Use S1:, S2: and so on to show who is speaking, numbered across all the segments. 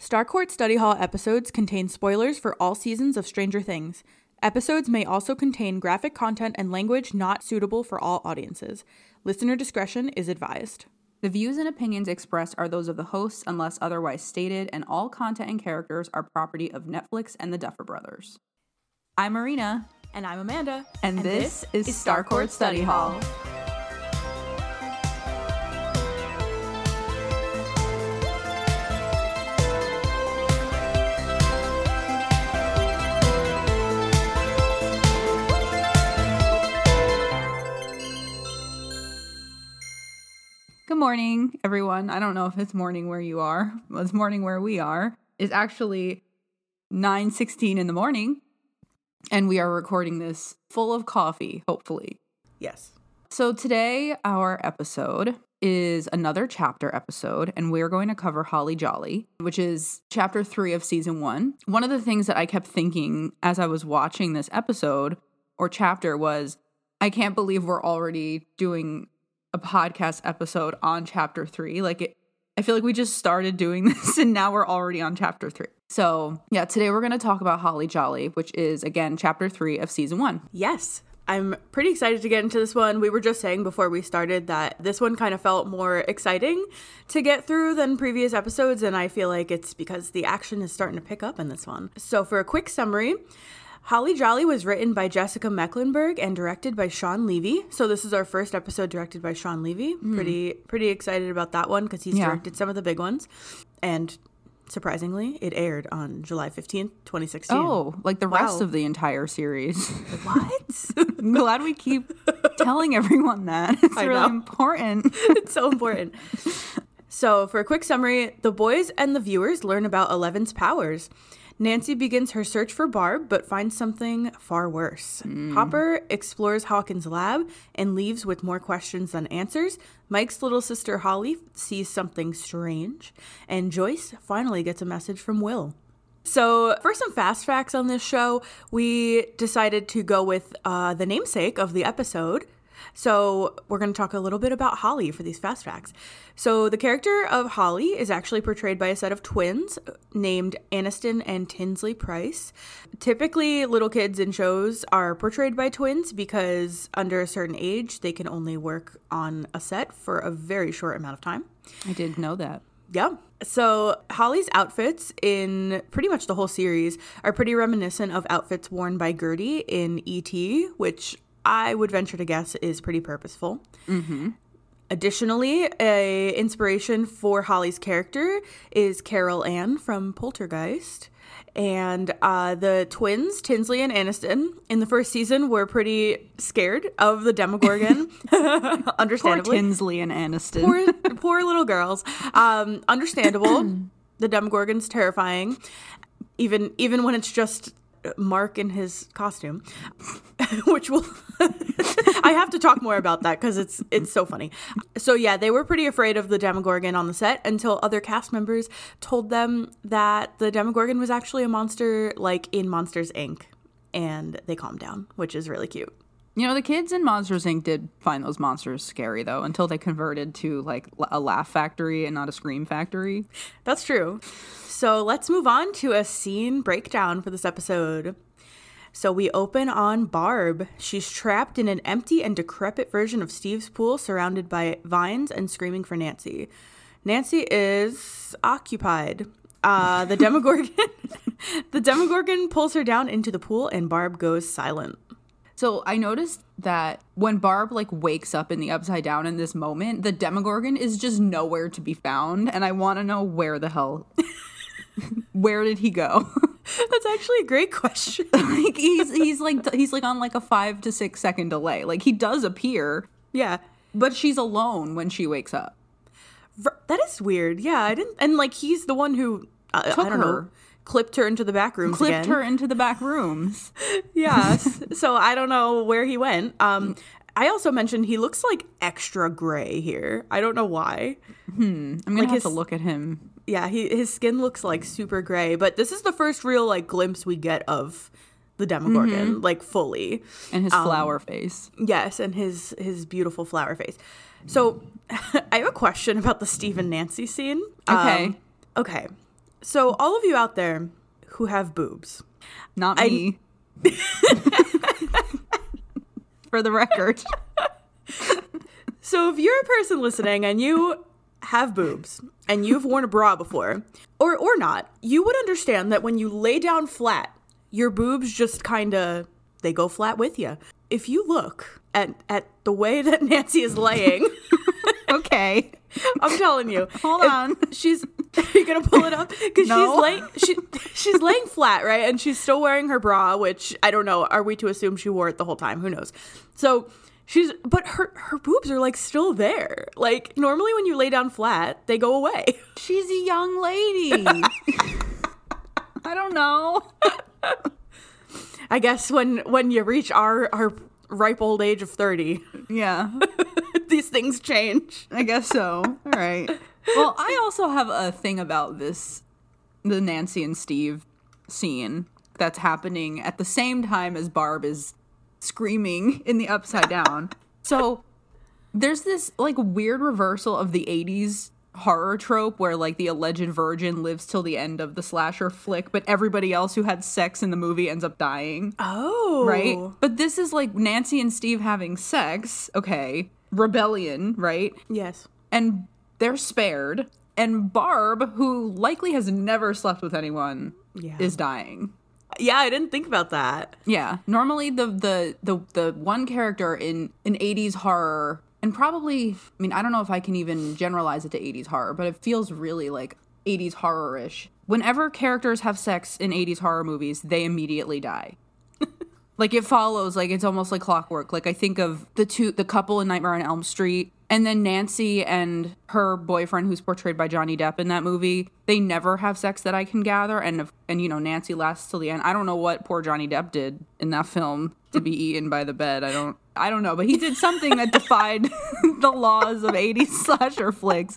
S1: Starcourt Study Hall episodes contain spoilers for all seasons of Stranger Things. Episodes may also contain graphic content and language not suitable for all audiences. Listener discretion is advised.
S2: The views and opinions expressed are those of the hosts unless otherwise stated, and all content and characters are property of Netflix and the Duffer Brothers. I'm Marina,
S1: And I'm Amanda.
S2: and, this, is Starcourt Study Hall. Good morning, everyone. I don't know if it's morning where you are. Well, it's morning where we are. It's actually 9:16 in the morning, and we are recording this full of coffee, hopefully.
S1: Yes.
S2: So today our episode is another chapter episode and we're going to cover Holly Jolly, which is chapter 3 of season 1. One of the things that I kept thinking as I was watching this episode or chapter was I can't believe we're already doing a podcast episode on chapter 3. Like it I feel like we just started doing this and now we're already on chapter 3. So, yeah, today we're going to talk about Holly Jolly, which is again chapter 3 of season 1.
S1: Yes. I'm pretty excited to get into this one. We were just saying before we started that this one kind of felt more exciting to get through than previous episodes, and I feel like it's because the action is starting to pick up in this one. So, for a quick summary, Holly Jolly was written by Jessica Mecklenburg and directed by Sean Levy. So this is our first episode directed by Sean Levy. Pretty pretty excited about that one because he's
S2: Hmm. Yeah.
S1: directed some of the big ones, and surprisingly, it aired on July fifteenth, twenty sixteen.
S2: Oh, like the
S1: Wow.
S2: rest of the entire series.
S1: what?
S2: I'm glad we keep telling everyone that. It's
S1: I
S2: really
S1: know.
S2: important.
S1: it's so important. So, for a quick summary, the boys and the viewers learn about Eleven's powers. Nancy begins her search for Barb, but finds something far worse. Hopper explores Hawkins' lab and leaves with more questions than answers. Mike's little sister Holly sees something strange, and Joyce finally gets a message from Will. So, for some fast facts on this show, we decided to go with uh, the namesake of the episode. So, we're going to talk a little bit about Holly for these fast facts. So, the character of Holly is actually portrayed by a set of twins uh, named Aniston and Tinsley Price. Typically, little kids in shows are portrayed by twins because under a certain age, they can only work on a set for a very short amount of time.
S2: I did know that.
S1: Yeah. So Holly's outfits in pretty much the whole series are pretty reminiscent of outfits worn by Gertie in E.T., which I would venture to guess is pretty purposeful. Additionally, a inspiration for Holly's character is Carol Ann from Poltergeist. And uh, the twins, Tinsley and Aniston, in the first season were pretty scared of the Demogorgon,
S2: Poor
S1: understandably
S2: Tinsley and Aniston.
S1: poor, poor little girls. Um, understandable. the Demogorgon's terrifying, even even when it's just Mark in his costume, which will. I have to talk more about that because it's it's so funny. So yeah, they were pretty afraid of the Demogorgon on the set until other cast members told them that the Demogorgon was actually a monster, like in Monsters Inc. And they calmed down, which is really cute.
S2: you know, the kids in Monsters Inc. did find those monsters scary, though, until they converted to like l- a laugh factory and not a scream factory.
S1: That's true. So let's move on to a scene breakdown for this episode. So we open on Barb. She's trapped in an empty and decrepit version of Steve's pool, surrounded by vines and screaming for Nancy. Nancy is occupied. Uh, the Demogorgon, the Demogorgon pulls her down into the pool, and Barb goes silent.
S2: So I noticed that when Barb like wakes up in the upside down in this moment, the Demogorgon is just nowhere to be found, and I want to know where the hell, where did he go?
S1: That's actually a great question.
S2: like he's he's like he's like on like a five to six second delay. Like he does appear,
S1: yeah,
S2: but she's alone when she wakes up.
S1: R- That is weird. Yeah, I didn't. And like, he's the one who uh, I
S2: Took
S1: don't know,
S2: her.
S1: clipped her into the back room.
S2: Clipped her into the back rooms.
S1: Yeah. s- so I don't know where he went. Um, I also mentioned he looks like extra gray here. I don't know why.
S2: I'm gonna have
S1: his-
S2: to look at him.
S1: Yeah, he, his skin looks like super gray. But this is the first real like glimpse we get of the Demogorgon, like fully.
S2: And
S1: um,
S2: his flower face.
S1: Yes, and his his beautiful flower face. So I have a question about the Steve and Nancy scene. Um,
S2: Okay.
S1: okay. So, all of you out there who have boobs,
S2: Not
S1: I-
S2: me. For the record.
S1: So if you're a person listening and you have boobs and you've worn a bra before, or or not, you would understand that when you lay down flat, your boobs just kind of they go flat with you. If you look at at the way that Nancy is laying,
S2: Okay.
S1: I'm telling you,
S2: Hold
S1: if-
S2: on.
S1: She's are you gonna pull it up because
S2: No.
S1: she's laying she she's laying flat right, and she's still wearing her bra, which I don't know. Are we to assume she wore it the whole time? Who knows? So she's but her her boobs are like still there. Like normally when you lay down flat, they go away.
S2: She's a young lady. I don't know.
S1: I guess when when you reach our our ripe old age of thirty,
S2: Yeah,
S1: these things change.
S2: I guess so. All right. Well, I also have a thing about this the Nancy and Steve scene that's happening at the same time as Barb is screaming in the upside down. so there's this like weird reversal of the 80s horror trope where like the alleged virgin lives till the end of the slasher flick but everybody else who had sex in the movie ends up dying
S1: Oh,
S2: right? But this is like Nancy and Steve having sex, okay? Rebellion, right?
S1: Yes.
S2: And they're spared. And Barb, who likely has never slept with anyone,
S1: Yeah.
S2: is dying.
S1: Yeah, I didn't think about that.
S2: Yeah. Normally the the the the one character in an 80s horror and probably I mean I don't know if I can even generalize it to 80s horror, but it feels really like 80s horror-ish. Whenever characters have sex in 80s horror movies, they immediately die. like it follows like it's almost like clockwork. Like I think of the two the couple in Nightmare on Elm Street and then Nancy and her boyfriend who's portrayed by Johnny Depp in that movie, they never have sex that I can gather and if, and you know Nancy lasts till the end. I don't know what poor Johnny Depp did in that film to be eaten by the bed. I don't I don't know, but he did something that defied the laws of 80s slasher flicks.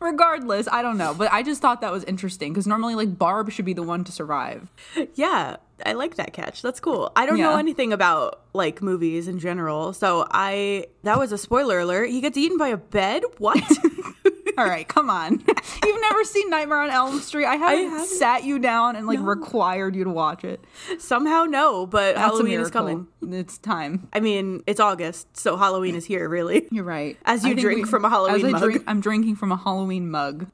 S2: Regardless, I don't know, but I just thought that was interesting because normally like Barb should be the one to survive.
S1: Yeah, I like that catch. That's cool. I don't know
S2: Yeah.
S1: anything about like movies in general, so I that was a spoiler alert. He gets eaten by a bed. What?
S2: All right, come on. You've never seen Nightmare on Elm Street. I haven't,
S1: haven't.
S2: sat you down and like required you to watch it.
S1: Somehow no, but
S2: That's a
S1: Halloween is
S2: miracle.
S1: coming.
S2: It's time.
S1: I mean, it's August, so Halloween is here. Really.
S2: You're right.
S1: As you
S2: I think
S1: drink from a Halloween
S2: as I
S1: mug.
S2: Drink, I'm drinking from a Halloween mug.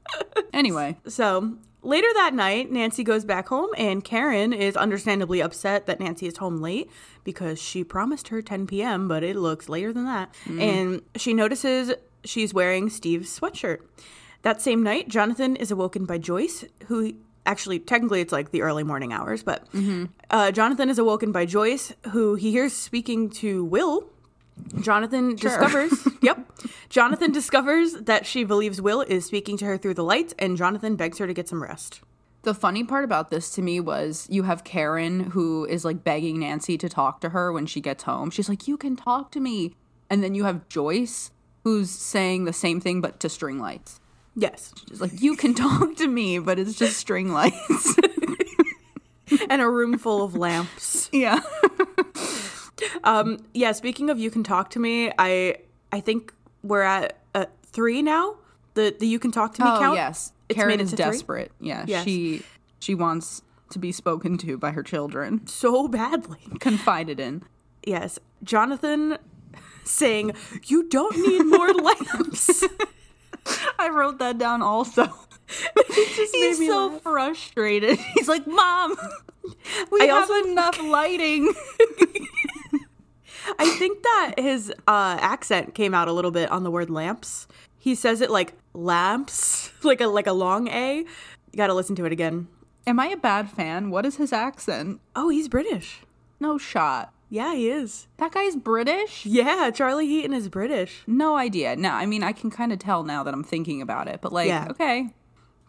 S2: Anyway,
S1: So later that night, Nancy goes back home, and Karen is understandably upset that Nancy is home late because she promised her 10 p.m., but it looks later than that. And she notices she's wearing Steve's sweatshirt. That same night, Jonathan is awoken by Joyce, who actually technically it's like the early morning hours, but uh, Jonathan is awoken by Joyce, who he hears speaking to Will. Jonathan discovers. yep. Jonathan discovers that she believes Will is speaking to her through the lights, and Jonathan begs her to get some rest.
S2: the funny part about this to me was you have Karen who is like begging Nancy to talk to her when she gets home. She's like, "You can talk to me," and then you have Joyce who's saying the same thing but to string lights.
S1: Yes.
S2: She's like, "You can talk to me," but it's just string lights.
S1: And a room full of lamps.
S2: yeah.
S1: Um, yeah, speaking of you can talk to me, I I think we're at uh, three now. The the you can talk to me
S2: oh,
S1: count.
S2: Yes,
S1: It's
S2: Karen
S1: made it
S2: is
S1: to three?
S2: desperate. Yeah,
S1: Yes.
S2: she she wants to be spoken to by her children,
S1: So badly.
S2: confided in.
S1: Yes. Jonathan saying, You don't need more lamps.
S2: I wrote that down also. He's
S1: made me
S2: so frustrated. He's like, "Mom, we
S1: I
S2: have
S1: also
S2: enough lighting."
S1: I think that his uh, accent came out a little bit on the word lamps. He says it like lamps, like a like a long a. You got to listen to it again.
S2: Am I a bad fan? What is his accent?
S1: Oh, he's British.
S2: No shot.
S1: Yeah, he is.
S2: That guy's British.
S1: Yeah, Charlie Heaton is British.
S2: No idea. No, I mean I can kind of tell now that I'm thinking about it, but like,
S1: Yeah.
S2: okay,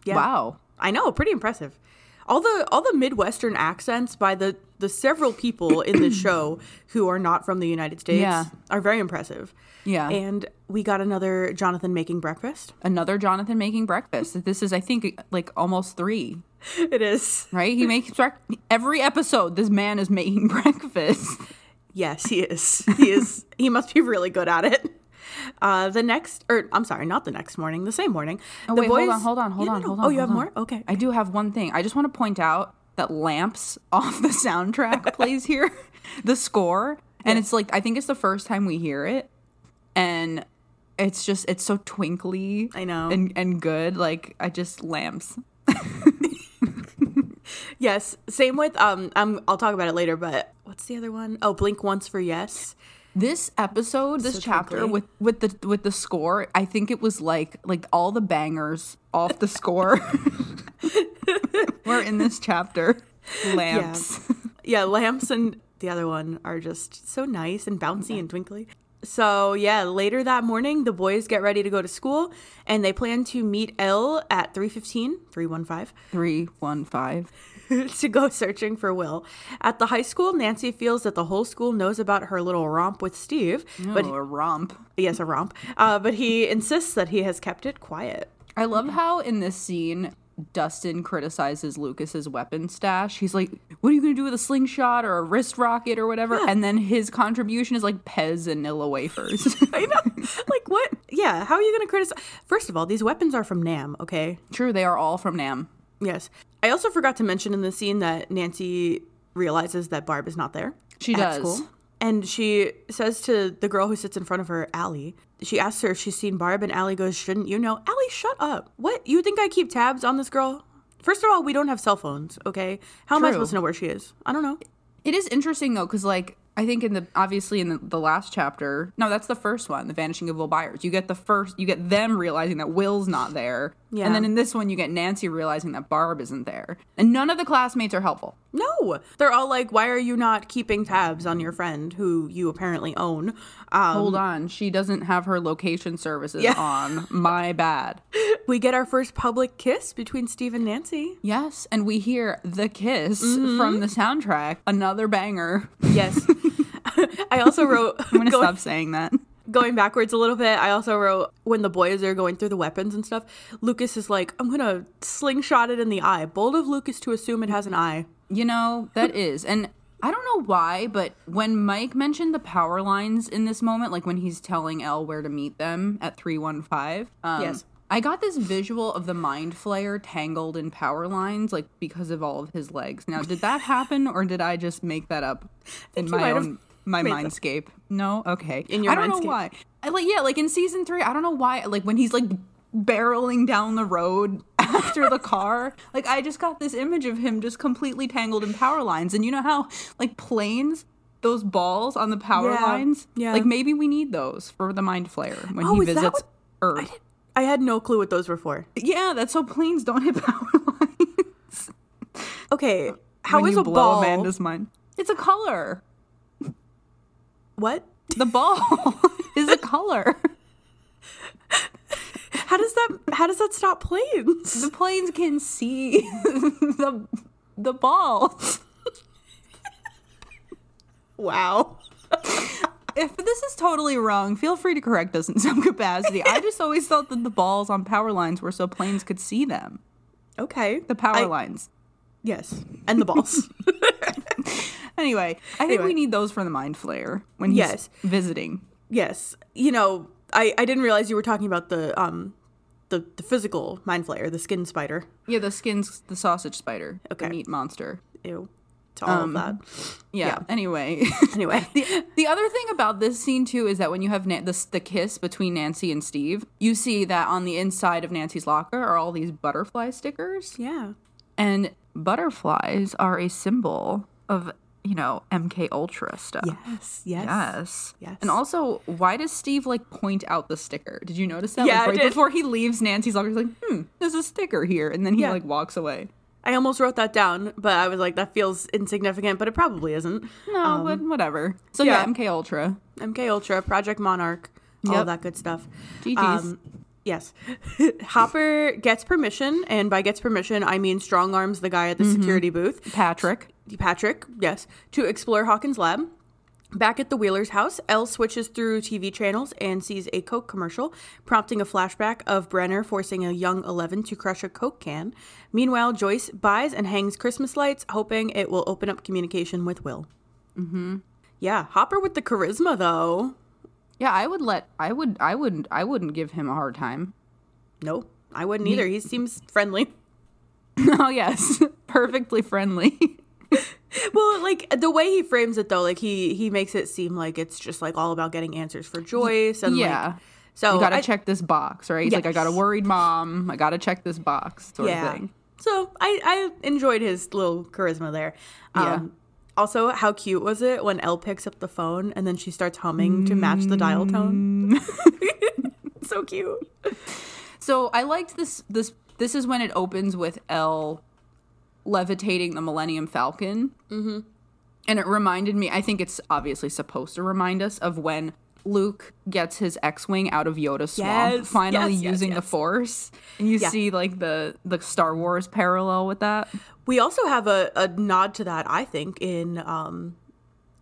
S1: Yeah.
S2: wow.
S1: I know, pretty impressive. All the all the Midwestern accents by the the several people in the show who are not from the United States
S2: Yeah.
S1: are very impressive.
S2: Yeah.
S1: And we got another Jonathan making breakfast.
S2: Another Jonathan making breakfast. This is, I think, like almost three.
S1: It is.
S2: right? He makes brec- every episode. This man is making breakfast.
S1: Yes, he is. He is. he must be really good at it. Uh, the next, or I'm sorry, not the next morning, the same morning.
S2: Oh,
S1: the
S2: wait, hold on, hold on, hold
S1: Yeah, no,
S2: on,
S1: no.
S2: hold
S1: Oh,
S2: on,
S1: you have
S2: hold on.
S1: more? Okay.
S2: I do have one thing. I just want to point out that lamps off the soundtrack plays here, the score, and it's like I think it's the first time we hear it, and it's just it's so twinkly.
S1: I know.
S2: and and good. Like I just lamps.
S1: Yes. Same with um. i I'll talk about it later. But what's the other one? Oh, blink once for yes.
S2: This episode, this
S1: So
S2: chapter
S1: twinkly.
S2: with with the with the score, I think it was like like all the bangers off the score were in this chapter. Lamps.
S1: Yeah, lamps and the other one are just so nice and bouncy and twinkly. So yeah, later that morning, the boys get ready to go to school, and they plan to meet L at 315, 315,
S2: Three one five.
S1: to go searching for Will. At the high school, Nancy feels that the whole school knows about her little romp with Steve, but
S2: oh, a romp.
S1: yes, a romp. Uh, but he insists that he has kept it quiet.
S2: I love how in this scene Dustin criticizes Lucas's weapon stash. He's like, "What are you going to do with a slingshot or a wrist rocket or whatever?" And then his contribution is like Pez vanilla wafers.
S1: I know. like what? Yeah. How are you going to criticize? First of all, these weapons are from Nam. Okay.
S2: True, they are all from Nam.
S1: Yes. I also forgot to mention in the scene that Nancy realizes that Barb is not there.
S2: She
S1: at
S2: does.
S1: School, and she says to the girl who sits in front of her, Allie, she asks her if she's seen Barb, and Allie goes, Shouldn't you know? Allie, shut up. What? You think I keep tabs on this girl? First of all, we don't have cell phones, okay? How am I
S2: True.
S1: supposed to know where she is? I don't know.
S2: It is interesting though, because like I think in the obviously in the, the last chapter, no, that's the first one, the vanishing of Will Byers. You get the first, you get them realizing that Will's not there,
S1: Yeah.
S2: and then in this one you get Nancy realizing that Barb isn't there, and none of the classmates are helpful.
S1: No. They're all like, Why are you not keeping tabs on your friend who you apparently own? Um,
S2: Hold on, she doesn't have her location services
S1: Yeah.
S2: on. My bad.
S1: We get our first public kiss between Steve and Nancy.
S2: Yes, and we hear the kiss
S1: Mm-hmm.
S2: from the soundtrack, another banger.
S1: Yes. I also wrote
S2: I'm gonna
S1: going,
S2: stop saying that.
S1: going backwards a little bit. I also wrote when the boys are going through the weapons and stuff, Lucas is like, I'm gonna slingshot it in the eye. Bold of Lucas to assume it has an eye.
S2: You know, that is. And I don't know why, but when Mike mentioned the power lines in this moment, like when he's telling Elle where to meet them at 315, um,
S1: Yes.
S2: I got this visual of the mind flayer tangled in power lines, like because of all of his legs. Now, did that happen or did I just make that up in
S1: you
S2: my
S1: might have
S2: own my
S1: made that-
S2: mindscape? No? Okay.
S1: In your
S2: I don't
S1: mindscape.
S2: know why. I, like yeah, like in season three, I don't know why. Like when he's like barreling down the road after the car, like I just got this image of him just completely tangled in power lines. And you know how like planes, those balls on the power
S1: Yeah,
S2: lines,
S1: yeah.
S2: like maybe we need those for the mind flayer when
S1: Oh,
S2: he
S1: is that
S2: visits
S1: what-
S2: Earth.
S1: I had no clue what those were for.
S2: Yeah, that's so planes don't hit power lines.
S1: Okay, how
S2: When
S1: is
S2: you
S1: a
S2: blow
S1: ball?
S2: Amanda's mind? It's a color.
S1: what?
S2: The ball is a color.
S1: How does that? How does that stop planes?
S2: The planes can see the the ball.
S1: Wow.
S2: If this is totally wrong, feel free to correct us in some capacity. I just always thought that the balls on power lines were so planes could see them.
S1: Okay.
S2: The power
S1: I-
S2: lines.
S1: Yes, and the balls.
S2: Anyway, I think
S1: Anyway.
S2: we need those for the mind flayer when he's
S1: Yes.
S2: visiting.
S1: Yes, you know, I I didn't realize you were talking about the um the the physical mind flayer, the skin spider.
S2: Yeah, the skin's the sausage spider,
S1: Okay.
S2: the meat monster.
S1: Ew, to all of that.
S2: Yeah.
S1: Yeah.
S2: Anyway,
S1: Anyway,
S2: the, the other thing about this scene too is that when you have Na- the the kiss between Nancy and Steve, you see that on the inside of Nancy's locker are all these butterfly stickers.
S1: yeah,
S2: And butterflies are a symbol of, you know, MK Ultra stuff.
S1: yes, yes,
S2: Yes.
S1: Yes.
S2: And also, why does Steve like point out the sticker? Did you notice that?
S1: Yeah,
S2: like,
S1: I
S2: right
S1: did.
S2: before he leaves Nancy's locker, he's like, hmm, there's a sticker here. And then he
S1: Yeah.
S2: like walks away.
S1: I almost wrote that down, but I was like, that feels insignificant, but it probably isn't.
S2: No, but whatever. Um, So yeah,
S1: yeah.
S2: MK Ultra.
S1: MK Ultra, Project Monarch, all
S2: Yep.
S1: that good stuff. Um,
S2: GGs.
S1: yes. Hopper gets permission, and by gets permission, I mean strong arms the guy at the security booth.
S2: Patrick.
S1: Patrick, yes, to explore Hawkins' lab. Back at the Wheeler's house, Elle switches through TV channels and sees a Coke commercial, prompting a flashback of Brenner forcing a young Eleven to crush a Coke can. Meanwhile, Joyce buys and hangs Christmas lights, hoping it will open up communication with Will. Mm-hmm. Yeah, Hopper with the charisma, though.
S2: Yeah, I would let I would I wouldn't I wouldn't give him a hard time.
S1: Nope, I wouldn't either. He seems friendly.
S2: oh yes. Perfectly friendly.
S1: well, like the way he frames it though, like he he makes it seem like it's just like all about getting answers for Joyce and yeah.
S2: yeah. Oh,
S1: like so
S2: you gotta
S1: I-
S2: check this box, right? He's like, I got a
S1: Yes.
S2: worried mom, I gotta check this box, sort of thing.
S1: So I, I enjoyed his little charisma there. Um,
S2: Yeah.
S1: Also, how cute was it when Elle picks up the phone and then she starts humming to match the dial tone? Mm. so cute.
S2: So I liked this. This this is when it opens with L levitating the Millennium Falcon, mm-hmm. and it reminded me. I think it's obviously supposed to remind us of when Luke gets his X-wing out of Yoda's swamp,
S1: Yes,
S2: finally
S1: yes, yes,
S2: using the
S1: yes.
S2: Force, and you
S1: Yeah.
S2: see like the the Star Wars parallel with that.
S1: We also have a, a nod to that, I think, in um,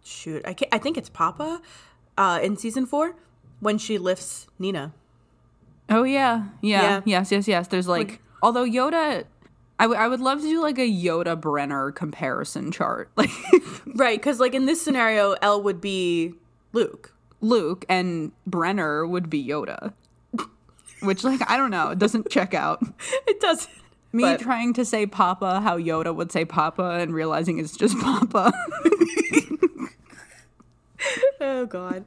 S1: shoot, I can't, I think it's Papa uh, in season four when she lifts Nina.
S2: Oh yeah, yeah,
S1: Yeah.
S2: yes, yes, yes. There's like, although Yoda. I would- I would love to do like a Yoda Brenner comparison chart. Like
S1: Right, because like in this scenario, Elle would be Luke.
S2: Luke and Brenner would be Yoda. Which, like, I don't know, it doesn't check out.
S1: It doesn't.
S2: Me
S1: But-
S2: trying to say Papa how Yoda would say Papa and realizing it's just Papa.
S1: Oh God.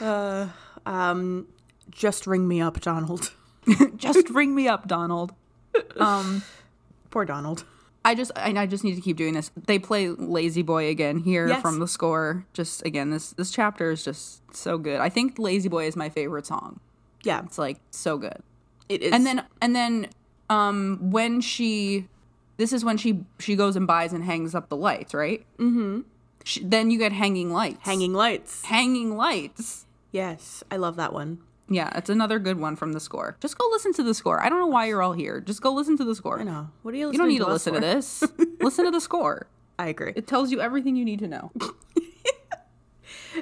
S1: Uh, um, just ring me up, Donald.
S2: just ring me up, Donald. Um,
S1: Poor Donald.
S2: I just and I just need to keep doing this. They play Lazy Boy again here
S1: Yes.
S2: from the score. Just again, this this chapter is just so good. I think Lazy Boy is my favorite song.
S1: Yeah,
S2: It's like so good.
S1: it is.
S2: and then and then um when she this is when she she goes and buys and hangs up the lights right mm-hmm she, then you get hanging lights
S1: hanging lights.
S2: hanging lights
S1: Yes, I love that one.
S2: yeah it's another good one from the score just go listen to the score i don't know why you're all here just go listen to the score
S1: I know. What are you?
S2: you don't
S1: listening
S2: need to
S1: us
S2: listen to
S1: for?
S2: this listen to the score
S1: I agree.
S2: it tells you everything you need to know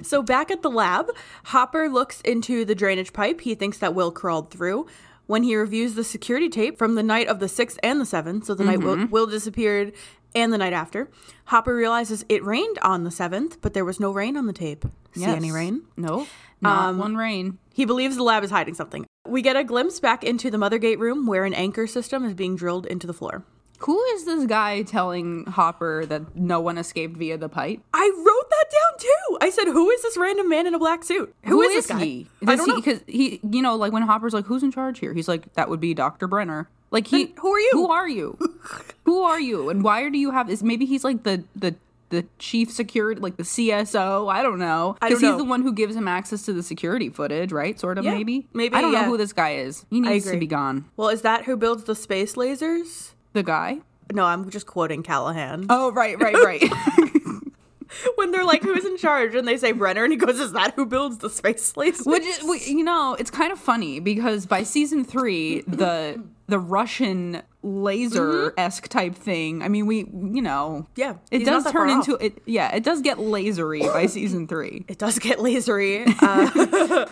S1: So back at the lab, Hopper looks into the drainage pipe. He thinks that Will crawled through. When he reviews the security tape from the night of the 6th and the 7th, so the night
S2: Mm-hmm.
S1: Will, Will disappeared and the night after, Hopper realizes it rained on the 7th, but there was no rain on the tape. See any
S2: Yes. Um,
S1: rain?
S2: no not one rain
S1: He believes the lab is hiding something. We get a glimpse back into the Mothergate room where an anchor system is being drilled into the floor.
S2: who is this guy telling hopper that no one escaped via the pipe
S1: I wrote that down too. I said, "Who is this random man in a black suit?
S2: Who is,
S1: this guy?"
S2: he?
S1: I don't know.
S2: Because he, you know, like when Hopper's like, "Who's in charge here?" He's like, "That would be Doctor Brenner." Like he,
S1: Then who are you?
S2: Who are you? who are you? And why do you have this? Maybe he's like the the the chief security, like the CSO. I don't know.
S1: I don't
S2: Because
S1: know.
S2: he's the one who gives him access to the security footage, right? Sort of,
S1: Yeah,
S2: maybe.
S1: maybe,
S2: I don't
S1: yeah.
S2: know who this guy is. He
S1: I
S2: needs to
S1: agree.
S2: be gone.
S1: Well, is that who builds the space lasers?
S2: The guy.
S1: No, I'm just quoting Callahan.
S2: Oh, right, right, right.
S1: when they're like, "Who's in charge?" and they say Brenner, and he goes, "Is that who builds the space lasers?"
S2: Which is, we- you know, it's kind of funny because by season three, the the Russian laser esque type thing. I mean, we you know,
S1: Yeah,
S2: it
S1: he's not
S2: does
S1: that
S2: turn
S1: far
S2: into
S1: off.
S2: it. Yeah, it does get lasery by season three.
S1: it does get lasery. Uh,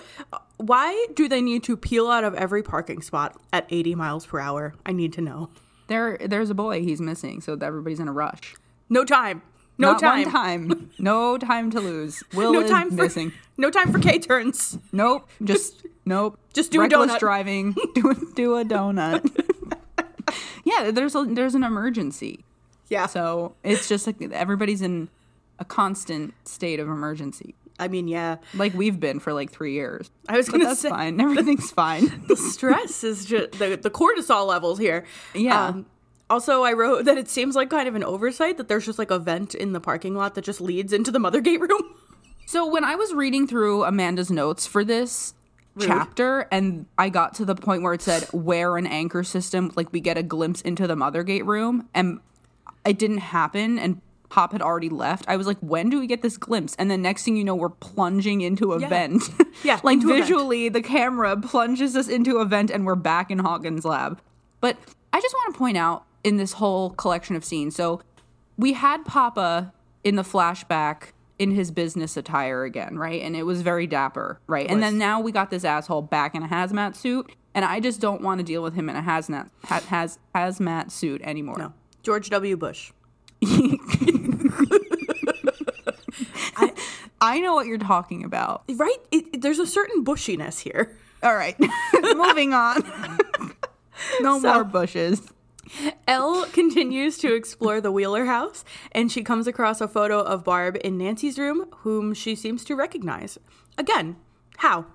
S1: why do they need to peel out of every parking spot at 80 miles per hour? I need to know.
S2: There, there's a boy he's missing, so everybody's in a rush.
S1: No time. No
S2: Not
S1: time.
S2: One time. No time to lose. Will
S1: No
S2: is
S1: time for
S2: missing.
S1: no time for K turns.
S2: Nope. Just nope.
S1: Just do a
S2: Reckless
S1: donut.
S2: driving. Do a, do a donut. yeah, there's a, there's an emergency.
S1: Yeah.
S2: So it's just like everybody's in a constant state of emergency,
S1: I mean, yeah.
S2: like we've been for like three years.
S1: I was
S2: But
S1: gonna
S2: that's
S1: say-
S2: fine. Everything's fine.
S1: The stress is just the, the cortisol levels here. Um,
S2: Yeah.
S1: also, I wrote that it seems like kind of an oversight that there's just like a vent in the parking lot that just leads into the Mothergate room.
S2: so when I was reading through Amanda's notes for this chapter, and I got to the point where it said wear an anchor system, like we get a glimpse into the Mothergate room, and it didn't happen, and Pop had already left. I was like, when do we get this glimpse? And then next thing you know, we're plunging into a
S1: Yeah.
S2: vent.
S1: Yeah,
S2: like
S1: into a vent.
S2: visually. Eventually, the camera plunges us into a vent and we're back in Hawkins' lab. But I just want to point out in this whole collection of scenes. So we had Papa in the flashback in his business attire again, right? And it was very dapper, right? And then now we got this asshole back in a hazmat suit. And I just don't want to deal with him in a hazmat, ha- haz, hazmat suit anymore.
S1: No. George W. Bush.
S2: I know what you're talking about.
S1: Right? It, it- there's a certain bushiness here.
S2: All right, moving on. no
S1: So-
S2: more bushes.
S1: Elle continues to explore the Wheeler house and she comes across a photo of Barb in Nancy's room, whom she seems to recognize. Again, how?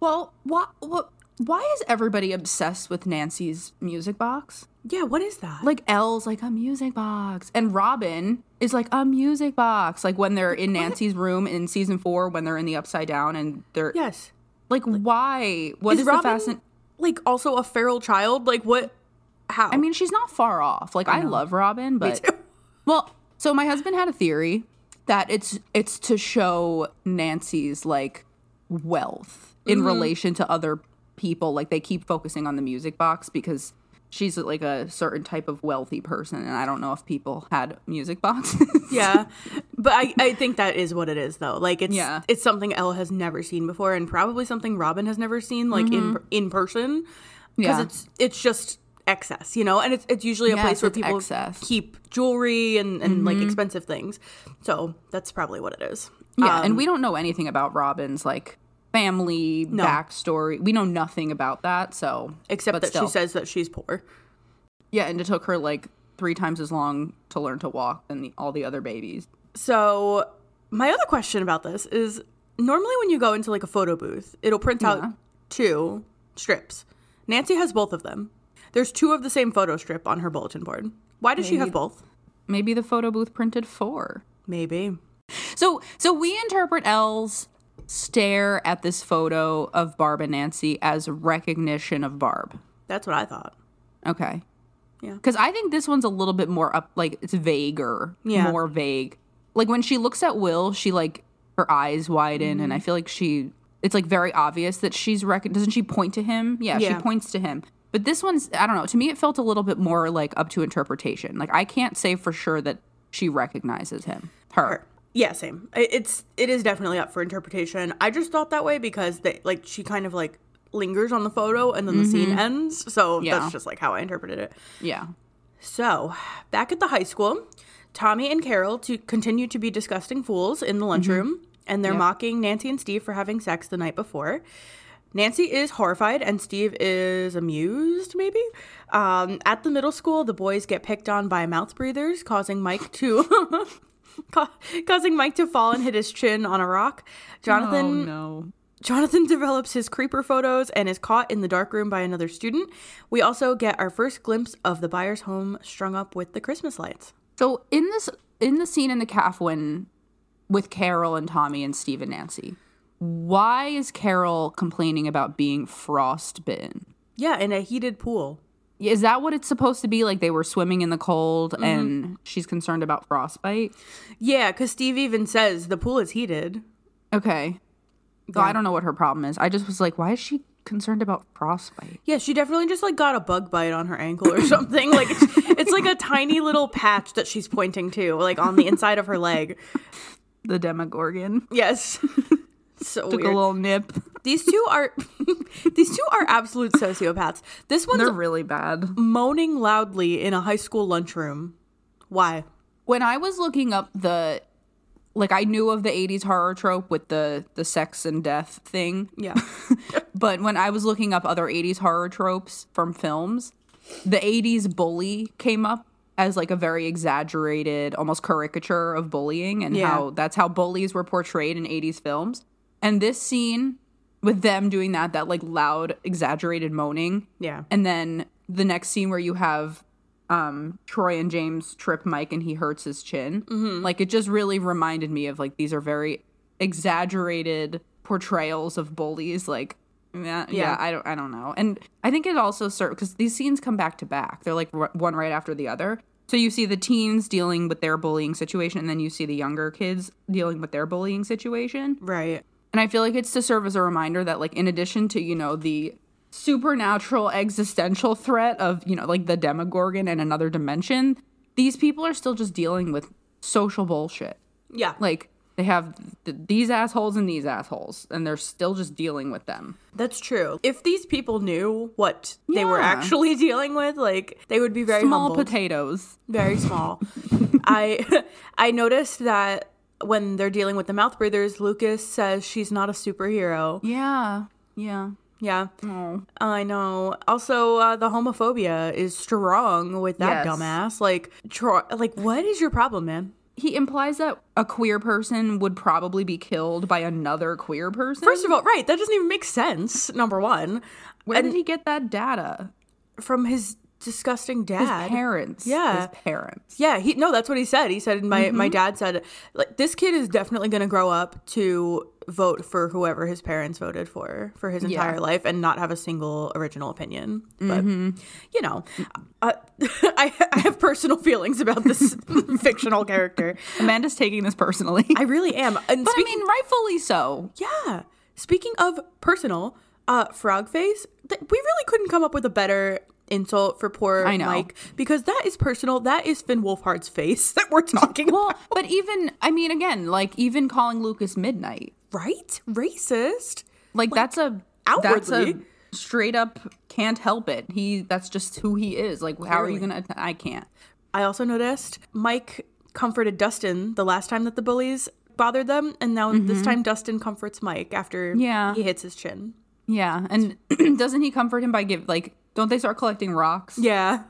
S2: Well, why, wh- why is everybody obsessed with Nancy's music box?
S1: Yeah, what is that?
S2: Like Elle's like a music box, and Robin is like a music box. Like when they're in Nancy's room in season four, when they're in the Upside Down, and they're
S1: yes.
S2: like, why? What is,
S1: Robin
S2: the fascin?
S1: like also a feral child? Like what? How?
S2: I mean, she's not far off. Like I, love Robin, but
S1: too.
S2: well, so my husband had a theory that it's it's to show Nancy's like wealth in relation to other people. Like they keep focusing on the music box because she's like a certain type of wealthy person, and I don't know if people had music boxes.
S1: yeah, but I, I think that is what it is though. Like it's
S2: Yeah.
S1: it's something Elle has never seen before, and probably something Robin has never seen like in in person. Because
S2: Mm-hmm. Yeah.
S1: it's it's just excess, you know, and it's it's usually a
S2: Yes,
S1: place where
S2: it's
S1: people
S2: excess. Mm-hmm.
S1: keep jewelry and and like expensive things. So that's probably what it is.
S2: yeah,
S1: Um,
S2: and we don't know anything about Robin's like family backstory. We know nothing about that. So
S1: Except
S2: but
S1: that
S2: still.
S1: she says that she's poor.
S2: Yeah, and it took her like three times as long to learn to walk than the, all the other babies.
S1: So, my other question about this is normally when you go into like a photo booth, it'll print out two strips. Nancy has both of them. There's two of the same photo strip on her bulletin board. Why does she have both?
S2: Maybe the photo booth printed four.
S1: Maybe.
S2: So, so we interpret Elle's stare at this photo of Barb and Nancy as recognition of Barb.
S1: That's what I thought.
S2: Okay.
S1: Yeah.
S2: Because I think this one's a little bit more up, like it's vaguer,
S1: Yeah.
S2: more vague. Like when she looks at Will, she like her eyes widen, and I
S1: Mm-hmm.
S2: feel like she. It's like very obvious that she's rec- doesn't she point to him? Yeah,
S1: Yeah.
S2: she points to him. But this one's I don't know. To me, it felt a little bit more like up to interpretation. Like I can't say for sure that she recognizes him, her.
S1: Yeah, same. I- It's it is definitely up for interpretation. I just thought that way because they like she kind of like lingers on the photo and then the scene ends. So
S2: Mm-hmm. Yeah.
S1: that's just like how I interpreted it.
S2: Yeah,
S1: So, back at the high school, Tommy and Carol to continue to be disgusting fools in the lunchroom, and they're mocking Nancy and Steve for having sex the night before. Nancy is horrified, and Steve is amused, maybe. Um, at the middle school, the boys get picked on by mouth breathers, causing Mike to. ca- causing Mike to fall and hit his chin on a rock. Jonathan
S2: Oh no.
S1: Jonathan develops his creeper photos and is caught in the dark room by another student. We also get our first glimpse of the buyer's home strung up with the Christmas lights.
S2: So in this in the scene in the calf when with Carol and Tommy and Steve and Nancy, why is Carol complaining about being frostbitten?
S1: Yeah, in a heated pool.
S2: Is that what it's supposed to be? Like they were swimming in the cold and she's concerned about frostbite?
S1: Yeah, because Steve even says the pool is heated.
S2: Okay. So I don't know what her problem is. I just was like, why is she concerned about frostbite?
S1: Yeah, she definitely just like got a bug bite on her ankle or something. like it's, it's like a tiny little patch that she's pointing to, like on the inside of her leg.
S2: The Demogorgon
S1: Yes. So
S2: took
S1: weird.
S2: a little nip.
S1: These two are these two are absolute sociopaths. This one's
S2: They're really bad.
S1: moaning loudly in a high school lunchroom. Why?
S2: when I was looking up the like I knew of the 80s horror trope with the the sex and death thing,
S1: Yeah.
S2: but when I was looking up other 80s horror tropes from films, the 80s bully came up as like a very exaggerated, almost caricature of bullying and
S1: Yeah.
S2: how that's how bullies were portrayed in 80s films. And this scene with them doing that that like loud exaggerated moaning
S1: Yeah.
S2: and then the next scene where you have um, Troy and James trip Mike and he hurts his chin.
S1: Mm-hmm.
S2: Like it just really reminded me of like these are very exaggerated portrayals of bullies. Like yeah, yeah.
S1: Yeah.
S2: I don't I don't know. And I think it also serves because these scenes come back to back. They're like r- one right after the other. So you see the teens dealing with their bullying situation, and then you see the younger kids dealing with their bullying situation.
S1: Right.
S2: And I feel like it's to serve as a reminder that, like, in addition to, you know, the supernatural existential threat of, you know, like the Demogorgon and another dimension, these people are still just dealing with social bullshit.
S1: Yeah.
S2: Like, they have th- these assholes and these assholes, and they're still just dealing with them.
S1: That's true. If these people knew what they were
S2: Yeah.
S1: actually dealing with, like they would be very
S2: Small
S1: humbled.
S2: potatoes.
S1: very small. I I noticed that when they're dealing with the mouth breathers, Lucas says she's not a superhero.
S2: Yeah. Yeah.
S1: Yeah,
S2: Oh.
S1: I know. Also, uh, the homophobia is strong with that
S2: Yes.
S1: dumbass. Like, Troy, like, what is your problem, man?
S2: He implies that a queer person would probably be killed by another queer person.
S1: First of all, right, that doesn't even make sense. Number one,
S2: where did he get that data?
S1: from his disgusting dad.
S2: His parents.
S1: Yeah.
S2: His parents.
S1: Yeah, he no, that's what he said. He said my
S2: Mm-hmm.
S1: my dad said like this kid is definitely going to grow up to vote for whoever his parents voted for for his
S2: Yeah.
S1: entire life and not have a single original opinion. But
S2: Mm-hmm.
S1: you know, uh, I I have personal feelings about this fictional character.
S2: Amanda's taking this personally.
S1: I really am. And
S2: but I
S1: speaking
S2: mean, rightfully so.
S1: yeah. Speaking of personal, uh, frog face, th- we really couldn't come up with a better insult for poor
S2: I know.
S1: Mike because that is personal. That is Finn Wolfhard's face that we're talking
S2: Well,
S1: about.
S2: but even, I mean, again, like even calling Lucas Midnight,
S1: Right? Racist.
S2: like, that's a that's a
S1: outwardly.
S2: straight up can't help it. He that's just who he is. Like, how are you
S1: Clearly.
S2: gonna? att- I can't.
S1: I also noticed Mike comforted Dustin the last time that the bullies bothered them, and now this time Dustin comforts Mike after
S2: Mm-hmm. Yeah.
S1: he hits his chin.
S2: Yeah, and doesn't he comfort him by give like? Don't they start collecting rocks?
S1: Yeah.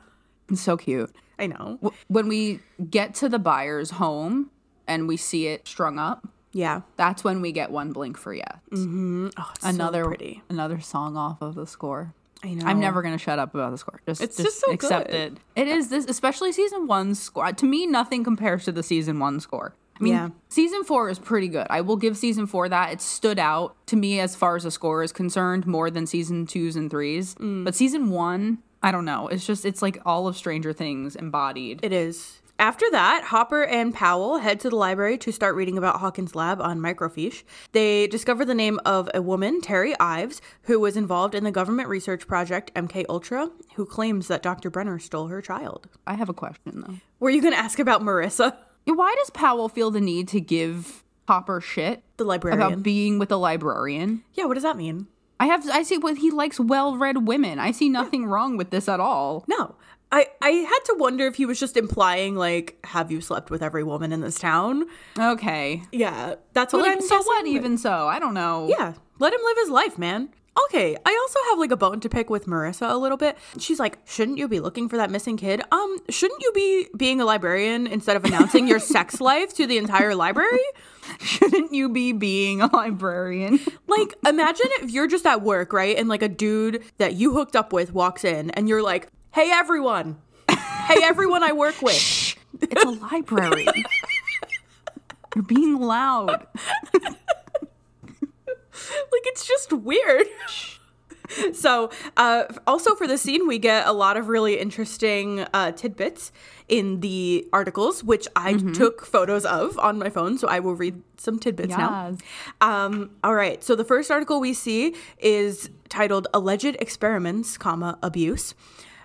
S2: It's so cute.
S1: I know.
S2: W- When we get to the buyer's home and we see it strung up,
S1: Yeah.
S2: that's when we get one blink for yes.
S1: Oh, it's so
S2: another
S1: pretty.
S2: another song off of the score.
S1: I know.
S2: I'm never gonna shut up about the score. Just,
S1: It's
S2: just,
S1: just so
S2: accept
S1: good.
S2: it. It is this, especially season one score. To me, nothing compares to the season one score. I mean,
S1: Yeah.
S2: season four is pretty good. I will give season four that it stood out to me as far as the score is concerned more than season twos and threes.
S1: Mm.
S2: But season one, I don't know. It's just it's like all of Stranger Things embodied.
S1: It is. After that, Hopper and Powell head to the library to start reading about Hawkins' lab on microfiche. They discover the name of a woman, Terry Ives, who was involved in the government research project MK Ultra, who claims that Dr. Brenner stole her child.
S2: I have a question though.
S1: Were you going to ask about Marissa,
S2: Yeah, Why does Powell feel the need to give Hopper shit
S1: the librarian?
S2: about being with a librarian?
S1: yeah, what does that mean?
S2: I have I see what he likes well-read women. I see nothing wrong with this at all.
S1: No. I, I had to wonder if he was just implying like, have you slept with every woman in this town?
S2: Okay.
S1: Yeah, that's what
S2: Like,
S1: I'm
S2: so what
S1: guessing, but-
S2: even so? I don't know.
S1: Yeah, let him live his life, man. Okay, I also have like a bone to pick with Marissa a little bit. She's like, "Shouldn't you be looking for that missing kid? Um, shouldn't you be being a librarian instead of announcing your sex life to the entire library?
S2: Shouldn't you be being a librarian?
S1: Like, imagine if you're just at work, right? And like a dude that you hooked up with walks in and you're like, "Hey everyone. Hey everyone I work with."
S2: it's a library. You're being loud.
S1: like it's just weird. So, uh, also for the scene, we get a lot of really interesting uh, tidbits in the articles, which I took photos of on my phone. So I will read some tidbits now.
S2: Yes.
S1: Um, all right. So the first article we see is titled "Alleged Experiments, comma Abuse,"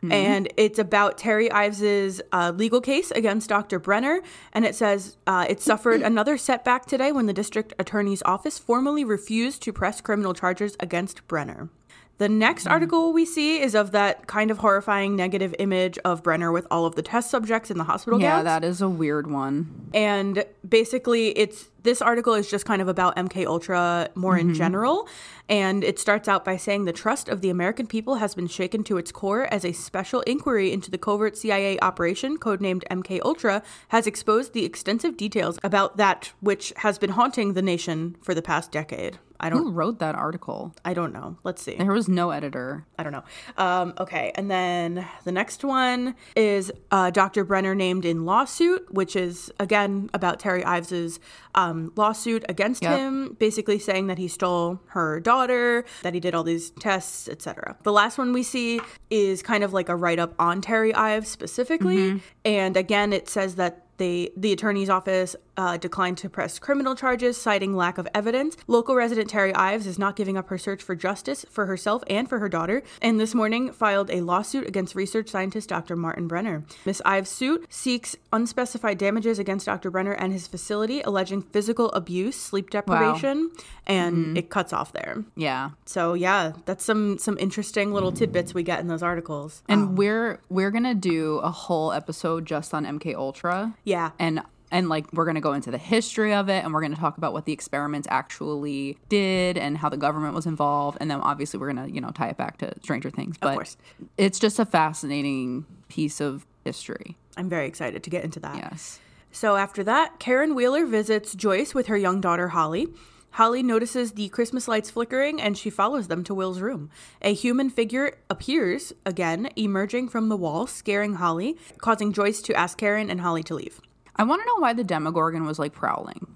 S2: Hmm.
S1: and it's about Terry Ives's uh, legal case against Dr. Brenner. And it says uh, it suffered another setback today when the district attorney's office formally refused to press criminal charges against Brenner. The next
S2: Hmm.
S1: article we see is of that kind of horrifying negative image of Brenner with all of the test subjects in the hospital gowns.
S2: Yeah, that is a weird one.
S1: And basically, it's this article is just kind of about MK Ultra more in general, and it starts out by saying the trust of the American people has been shaken to its core as a special inquiry into the covert CIA operation codenamed MK Ultra has exposed the extensive details about that which has been haunting the nation for the past decade. I don't.
S2: Who wrote that article?
S1: I don't know. Let's see.
S2: There was no editor.
S1: I don't know. Um, okay, and then the next one is uh, Dr. Brenner named in lawsuit, which is again about Terry Ives's um, lawsuit against
S2: Yep.
S1: him, basically saying that he stole her daughter, that he did all these tests, etc. The last one we see is kind of like a write up on Terry Ives specifically, and again it says that they, the attorney's office uh, declined to press criminal charges, citing lack of evidence. Local resident Terry Ives is not giving up her search for justice for herself and for her daughter, and this morning filed a lawsuit against research scientist Dr. Martin Brenner. Miss Ives' suit seeks unspecified damages against Dr. Brenner and his facility, alleging physical abuse, sleep deprivation, and it cuts off there.
S2: Yeah.
S1: So yeah, that's some some interesting little tidbits we get in those
S2: Oh.
S1: articles.
S2: And we're we're gonna do a whole episode just on MK Ultra.
S1: Yeah.
S2: And And like, we're going to go into the history of it and we're going to talk about what the experiments actually did and how the government was involved. And then obviously, we're going to, you know, tie it back to Stranger Things. But
S1: course.
S2: it's just a fascinating piece of history.
S1: I'm very excited to get into that.
S2: Yes.
S1: So after that, Karen Wheeler visits Joyce with her young daughter Holly. Holly notices the Christmas lights flickering and she follows them to Will's room. A human figure appears again, emerging from the wall, scaring Holly, causing Joyce to ask Karen and Holly to leave.
S2: I want to know why the Demogorgon was like prowling.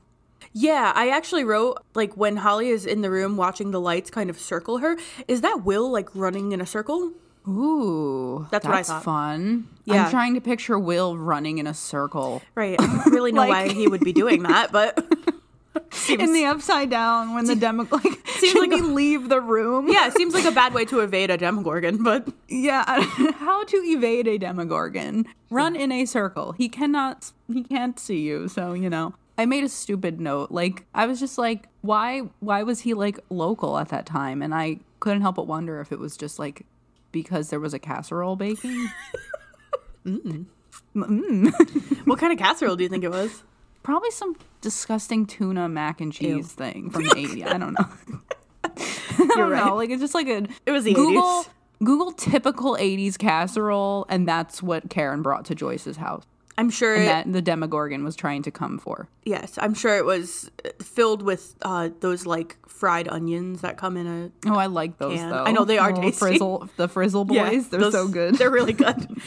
S1: Yeah, I actually wrote like when Holly is in the room watching the lights kind of circle her, is that Will like running in a circle?
S2: Ooh,
S1: That's what I thought.
S2: fun.
S1: Yeah.
S2: I'm trying to picture Will running in a circle
S1: Right. I don't really know
S2: Like-
S1: why he would be doing that, but
S2: in the upside down when the demo like
S1: Seems
S2: should
S1: like
S2: we leave the room?
S1: yeah, it seems like a bad way to evade a Demogorgon, but
S2: yeah. How to evade a Demogorgon? Run in a circle. He cannot. He can't see you. So you know. I made a stupid note. Like I was just like, why? Why was he like local at that time? And I couldn't help but wonder if it was just like because there was a casserole baking.
S1: what kind of casserole do you think it was?
S2: Probably some disgusting tuna mac and cheese thing from the 80s. I don't know. I don't
S1: right.
S2: know. Like it's just like a
S1: It was the
S2: Google
S1: 80s.
S2: Google typical 80s casserole and that's what Karen brought to Joyce's house.
S1: I'm sure it,
S2: That the Demogorgon was trying to come for.
S1: yes, I'm sure it was uh, filled with uh, those like fried onions that come in a
S2: Oh, I like those
S1: And-
S2: though.
S1: I know, they are
S2: The
S1: tasty.
S2: Frizzle, the frizzle boys,
S1: Yeah,
S2: they're
S1: those-
S2: so good.
S1: They're really good.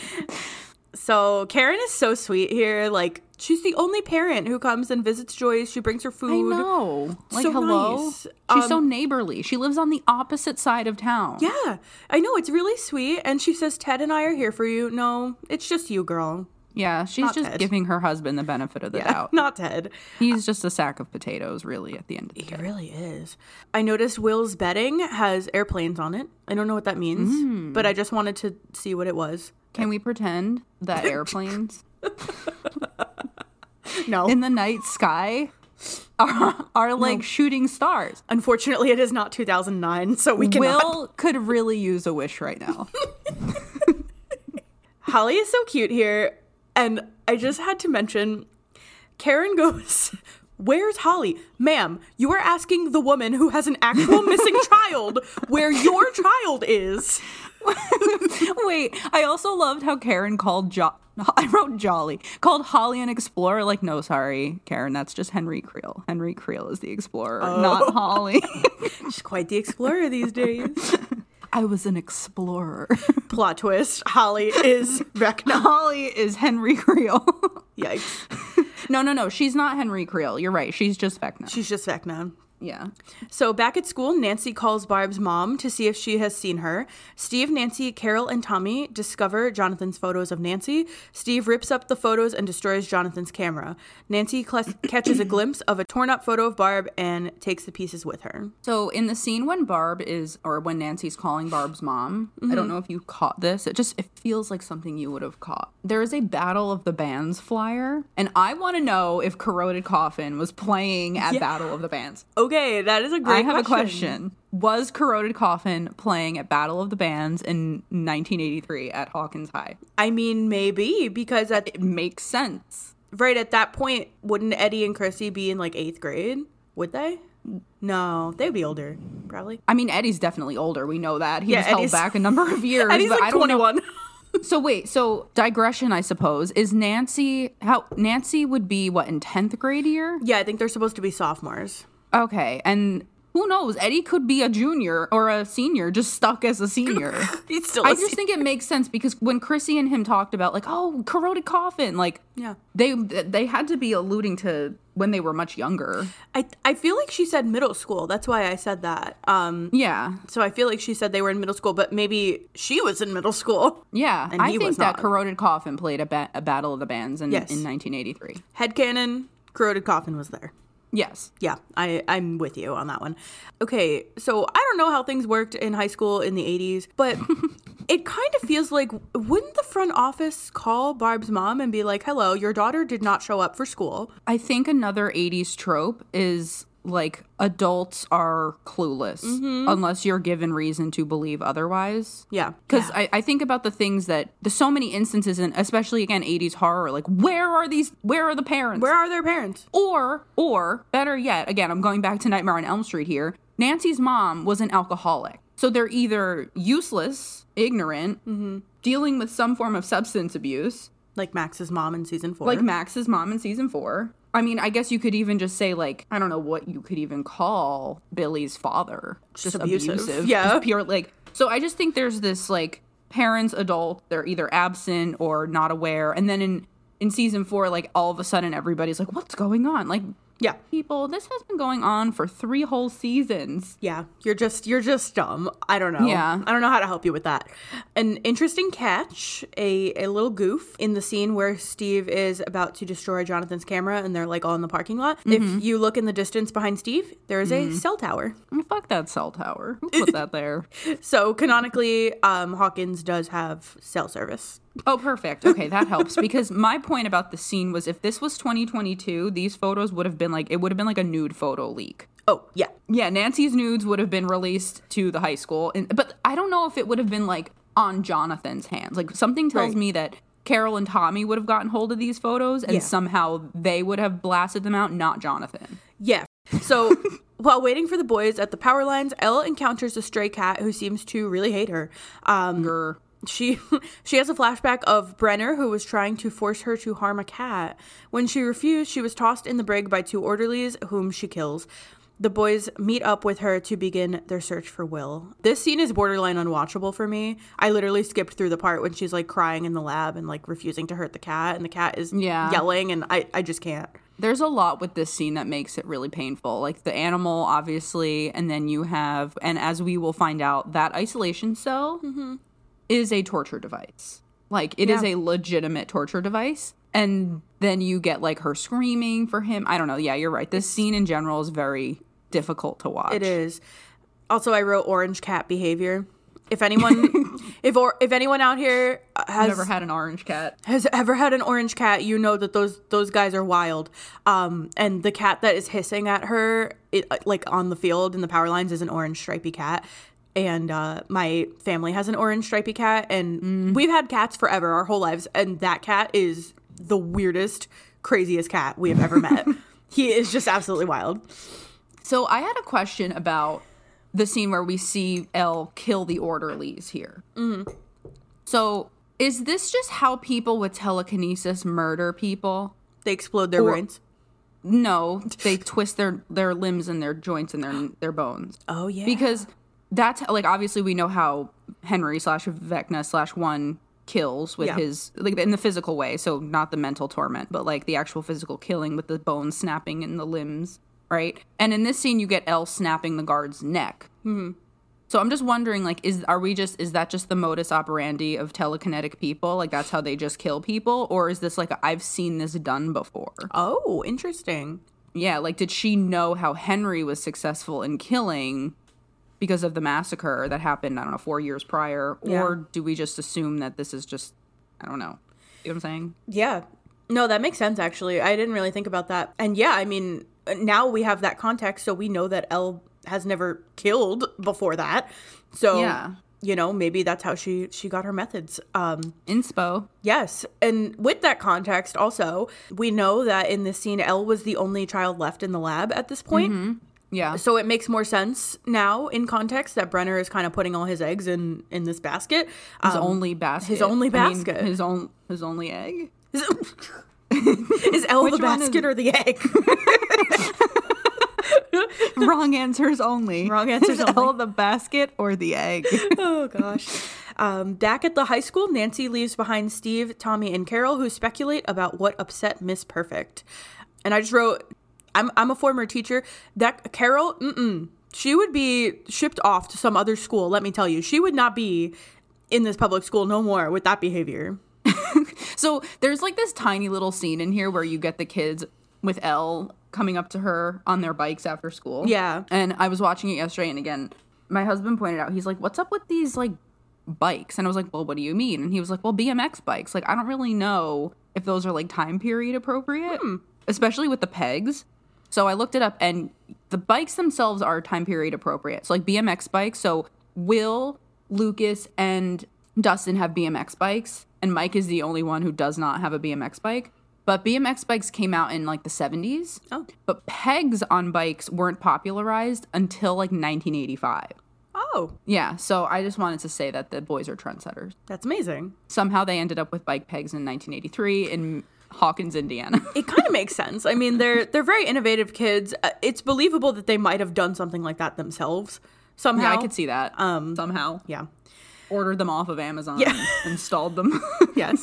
S1: so Karen is so sweet here. Like she's the only parent who comes and visits Joyce. She brings her food.
S2: I know. Like
S1: So
S2: hello.
S1: nice. Um,
S2: She's so neighborly. She lives on the opposite side of town.
S1: Yeah, I know it's really sweet. And she says, "Ted and I are here for you." No, it's just you, girl.
S2: Yeah, she's
S1: Not
S2: just
S1: bad.
S2: giving her husband the benefit of the doubt.
S1: Not Ted.
S2: He's just a sack of potatoes, really, at the end of the
S1: He
S2: day.
S1: really is. I noticed Will's bedding has airplanes on it. I don't know what that means, but I just wanted to see what it was.
S2: Can we pretend that airplanes
S1: No.
S2: in the night sky are, are like shooting stars?
S1: Unfortunately, it is not 2009, so we cannot.
S2: Will could really use a wish right now.
S1: Holly is so cute here. And I just had to mention Karen goes, Where's Holly? Ma'am, you are asking the woman who has an actual missing child where your child is.
S2: Wait, I also loved how Karen called jo- I wrote Jolly called Holly an explorer. Like, no, sorry, Karen, that's just Henry Creel. Henry Creel is the explorer, not Holly.
S1: She's quite the explorer these days.
S2: I was an explorer.
S1: Plot twist Holly is Vecna.
S2: Holly is Henry Creel.
S1: Yikes.
S2: no, no, no, she's not Henry Creel. You're right. She's just Vecna.
S1: She's just Vecna.
S2: yeah.
S1: So back at school, Nancy calls Barb's mom to see if she has seen her. Steve, Nancy, Carol, and Tommy discover Jonathan's photos of Nancy. Steve rips up the photos and destroys Jonathan's camera. Nancy cl- catches a glimpse of a torn up photo of Barb and takes the pieces with her.
S2: So in the scene when Barb is, or when Nancy's calling Barb's mom, I
S1: Mm-hmm.
S2: don't know if you caught this. It just it feels like something you would have caught. There is a battle of the bands flyer, and I want to know if Corroded Coffin was playing at Battle of the Bands.
S1: Okay, that is a
S2: I
S1: great
S2: have a question. Was Corroded Coffin playing at Battle of the Bands in 1983 at Hawkins High?
S1: I mean, maybe because at
S2: It makes sense.
S1: right at that point, wouldn't Eddie and Chrissy be in like eighth grade? Would they? No, they'd be older, probably.
S2: I mean, Eddie's definitely older. We know that he
S1: Yeah,
S2: was
S1: Eddie's-
S2: held back a number of years.
S1: Eddie's
S2: but
S1: like
S2: I don't know-
S1: 21.
S2: So wait, so digression, I suppose, is Nancy how Nancy would be what in tenth grade year?
S1: yeah, I think they're supposed to be sophomores.
S2: Okay, and who knows? Eddie could be a junior or a senior, just stuck as a senior.
S1: He's still
S2: I just think it makes sense because when Chrissy and him talked about like, oh, corroded coffin, like
S1: Yeah.
S2: they they had to be alluding to when they were much younger.
S1: I I feel like she said middle school. That's why I said that. Um,
S2: Yeah,
S1: so I feel like she said they were in middle school, but maybe she was in middle school.
S2: yeah.
S1: And
S2: I
S1: he
S2: think
S1: was
S2: that
S1: not.
S2: corroded coffin played a, ba- a battle of the bands in,
S1: Yes.
S2: in 1983.
S1: Headcanon, corroded coffin was there.
S2: Yes.
S1: Yeah, I, I'm with you on that one. Okay, so I don't know how things worked in high school in the 80s, but it kind of feels like wouldn't the front office call Barb's mom and be like, hello, your daughter did not show up for school?
S2: I think another 80s trope is like adults are clueless
S1: Mhm.
S2: unless you're given reason to believe otherwise.
S1: Yeah.
S2: Because I, I think about the things that there's so many instances, and especially again, 80s horror, like where are these, where are the parents?
S1: Where are their parents?
S2: Or, or better yet, again, I'm going back to Nightmare on Elm Street here. Nancy's mom was an alcoholic. So they're either useless, ignorant,
S1: Mm-hmm.
S2: dealing with some form of substance abuse,
S1: Like Max's mom in season four.
S2: like Max's mom in season four. I mean, I guess you could even just say, like, I don't know what you could even call Billy's father. Just,
S1: abusive.
S2: abusive.
S1: Yeah.
S2: Just pure, like, so I just think there's this, like, parents, adult, they're either absent or not aware. And then in, in season four, like, all of a sudden everybody's like, what's going on? Like,
S1: yeah.
S2: people, this has been going on for three whole seasons.
S1: Yeah, you're just you're just dumb. I don't know.
S2: Yeah.
S1: I don't know how to help you with that. An interesting catch, a a little goof in the scene where Steve is about to destroy Jonathan's camera and they're like all in the parking lot. If you look in the distance behind Steve, there is a cell tower.
S2: Fuck that cell tower. Who put that there?
S1: So canonically, um, Hawkins does have cell service.
S2: Oh, perfect. Okay, that helps because my point about the scene was if this was 2022, these photos would have been like it would have been like a nude photo leak.
S1: Oh yeah,
S2: Yeah, Nancy's nudes would have been released to the high school, and but I don't know if it would have been like on Jonathan's hands. Like something tells
S1: Right.
S2: me that Carol and Tommy would have gotten hold of these photos, and
S1: Yeah.
S2: somehow they would have blasted them out, not Jonathan.
S1: yeah. So while waiting for the boys at the power lines, Elle encounters a stray cat who seems to really hate her. Um,
S2: Grr.
S1: she she has a flashback of Brenner who was trying to force her to harm a cat. When she refused, she was tossed in the brig by two orderlies whom she kills. The boys meet up with her to begin their search for Will. This scene is borderline unwatchable for me. I literally skipped through the part when she's like crying in the lab and like refusing to hurt the cat and the cat is
S2: Yeah.
S1: yelling and I I just can't.
S2: There's a lot with this scene that makes it really painful. Like the animal, obviously, and then you have, and as we will find out, that isolation cell is a torture device. Like it is
S1: Mm-hmm. Yeah.
S2: a legitimate torture device. And then you get like her screaming for him. I don't know. Yeah, you're right. This scene in general is very difficult to watch.
S1: It is. Also, I wrote orange cat behavior. If anyone if or if anyone out here has
S2: Never had an orange cat.
S1: has ever had an orange cat, you know that those those guys are wild. Um, and the cat that is hissing at her, it, uh, like on the field in the power lines, is an orange stripy cat. And uh, my family has an orange stripy cat, and we've had cats forever, our whole lives. And that cat is the weirdest, craziest cat we have ever met. he is just absolutely wild.
S2: So I had a question about the scene where we see Elle kill the orderlies here. So is this just how people with telekinesis murder people?
S1: They explode their brains.
S2: No, they twist their their limbs and their joints and their their bones
S1: Oh yeah,
S2: because that's like obviously we know how Henry slash Vecna slash one kills with
S1: Yeah.
S2: his like in the physical way, so not the mental torment, but like the actual physical killing with the bones snapping and the limbs, right? And in this scene, you get L snapping the guard's neck.
S1: Mm-hmm.
S2: So I'm just wondering, like, is are we just is that just the modus operandi of telekinetic people? Like that's how they just kill people, or is this like a, I've seen this done before?
S1: oh interesting.
S2: Yeah, like did she know how Henry was successful in killing because of the massacre that happened, I don't know, four years prior?
S1: Yeah.
S2: Or do we just assume that this is just I don't know. You know what I'm saying?
S1: Yeah. No, that makes sense actually. I didn't really think about that. And yeah, I mean, now we have that context so we know that Elle has never killed before that. So,
S2: Yeah.
S1: you know, maybe that's how she she got her methods. Um
S2: Inspo.
S1: yes, and with that context also, we know that in this scene Elle was the only child left in the lab at this point.
S2: Mm-hmm. Yeah.
S1: So it makes more sense now in context that Brenner is kind of putting all his eggs in in this basket. Um,
S2: His only basket.
S1: his only
S2: I mean,
S1: basket.
S2: his own his only egg.
S1: is Elle the
S2: Which one is-
S1: basket or the egg?
S2: Wrong answers only.
S1: Wrong answers
S2: Is L the basket or the egg?
S1: oh gosh. Um, back at the high school, Nancy leaves behind Steve, Tommy, and Carol, who speculate about what upset Miss Perfect. And I just wrote, "I'm I'm a former teacher. That Carol, mm-mm, she would be shipped off to some other school. Let me tell you, she would not be in this public school no more with that behavior.
S2: So there's like this tiny little scene in here where you get the kids with L coming up to her on their bikes after school.
S1: Yeah.
S2: And I was watching it yesterday and again, my husband pointed out, he's like, What's up with these like bikes? And I was like, Well, what do you mean? And he was like, Well, BMX bikes. Like, I don't really know if those are like time period appropriate. Especially with the pegs. So I looked it up and The bikes themselves are time period appropriate. So, like BMX bikes. So, Will, Lucas, and Dustin have BMX bikes, and Mike is the only one who does not have a BMX bike. But BMX bikes came out in like the 70s.
S1: Oh.
S2: But pegs on bikes weren't popularized until like 1985.
S1: Oh,
S2: Yeah, so I just wanted to say that the boys are trendsetters.
S1: that's amazing.
S2: Somehow they ended up with bike pegs in 1983 in Hawkins, Indiana.
S1: It kind of makes sense. I mean, they're they're very innovative kids. Uh, It's believable that they might have done something like that themselves somehow.
S2: yeah, I could see that. Um, somehow
S1: Yeah.
S2: ordered them off of Amazon,
S1: Yeah.
S2: and installed them.
S1: Yes.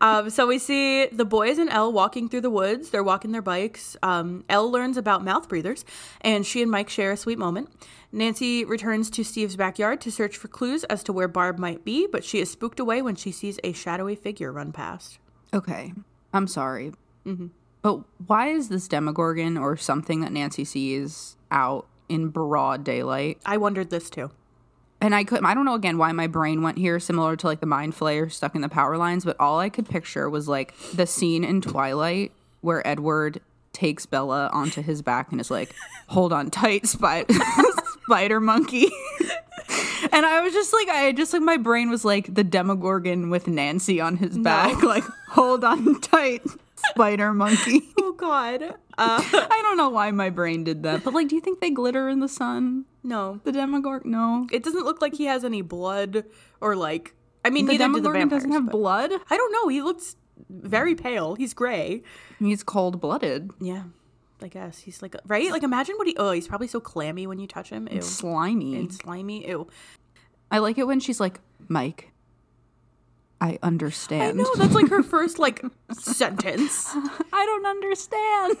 S1: um, so we see the boys and Elle walking through the woods. They're walking their bikes. Um, Elle learns about mouth breathers, and she and Mike share a sweet moment. Nancy returns to Steve's backyard to search for clues as to where Barb might be, but she is spooked away when she sees a shadowy figure run past.
S2: okay, I'm sorry, Mm-hmm. but why is this Demogorgon or something that Nancy sees out in broad daylight?
S1: I wondered this too.
S2: and I could I don't know again why my brain went here similar to like the mind flayer stuck in the power lines, but all I could picture was like the scene in Twilight where Edward takes Bella onto his back and is like, "Hold on tight, spy- spider monkey." and I was just like I just like my brain was like the demogorgon with Nancy on his back like, "Hold on tight, spider monkey."
S1: Oh God. Uh,
S2: I don't know why my brain did that. But like do you think they glitter in the sun?
S1: no,
S2: The demogorgon? No.
S1: it doesn't look like he has any blood or like. I mean,
S2: The
S1: neither do the
S2: demogorgon
S1: vampires.
S2: doesn't have
S1: but-
S2: blood.
S1: I don't know. He looks very pale. He's gray.
S2: He's cold blooded,
S1: Yeah, I guess he's like right. Like imagine what he. Oh, he's probably so clammy when you touch him. Ew.
S2: slimy.
S1: And slimy. Ew.
S2: I like it when she's like, Mike, I
S1: I
S2: understand.
S1: know that's like her first like sentence.
S2: I don't understand.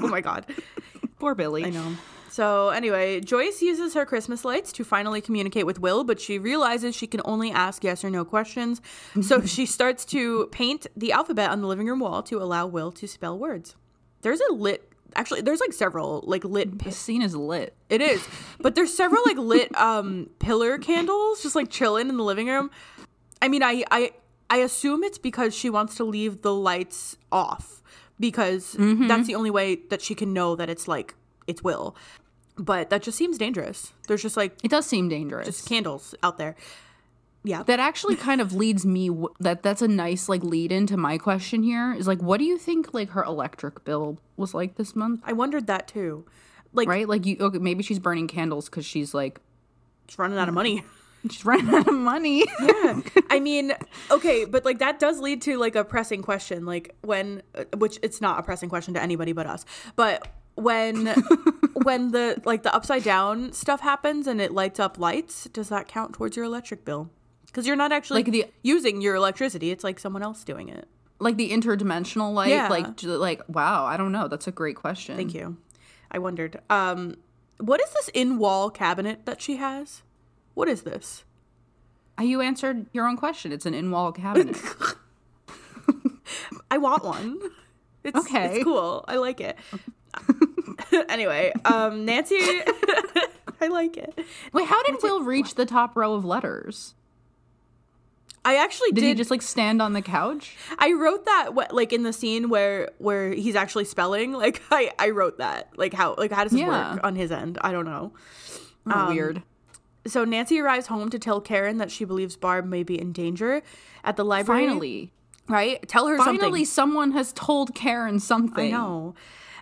S1: oh my god.
S2: Poor Billy.
S1: I know. So anyway, Joyce uses her Christmas lights to finally communicate with Will, but she realizes she can only ask yes or no questions. So she starts to paint the alphabet on the living room wall to allow Will to spell words. There's a lit actually there's like several like lit
S2: The scene is lit.
S1: It is. But there's several like lit um pillar candles just like chilling in the living room. I mean, I I I assume it's because she wants to leave the lights off because that's the only way that she can know that it's like it's will. But that just seems dangerous. There's just like
S2: It does seem dangerous.
S1: candles out there. Yeah.
S2: that actually kind of leads me w- that that's a nice like lead into my question here is like what do you think like her electric bill was like this month
S1: I wondered that too. Like
S2: right like you okay maybe she's burning candles because she's like
S1: it's running out of money.
S2: she's running out of money
S1: Yeah. I mean, okay, but like that does lead to like a pressing question, like when uh, which it's not a pressing question to anybody but us. But when when the like the upside down stuff happens and it lights up lights, does that count towards your electric bill? Cuz you're not actually
S2: Like the-
S1: using your electricity, it's like someone else doing it.
S2: like the interdimensional light
S1: Yeah.
S2: like j- like wow i don't know that's a great question
S1: Thank you. I wondered. Um what is this in-wall cabinet that she has? What is this?
S2: Uh, You answered your own question. It's an in-wall cabinet.
S1: I want one. It's,
S2: Okay.
S1: It's cool. I like it. anyway, um, Nancy, I like it.
S2: Wait, how did Will reach the top row of letters?
S1: I actually
S2: Did,
S1: did.
S2: he just like stand on the couch?
S1: I wrote that wh- like in the scene where where he's actually spelling. Like I I wrote that. Like how like how does this
S2: Yeah.
S1: work on his end? I don't know. Um,
S2: Oh, weird.
S1: So Nancy arrives home to tell Karen that she believes Barb may be in danger at the library.
S2: Finally,
S1: right? Tell her something.
S2: finally, someone has told Karen something.
S1: I know.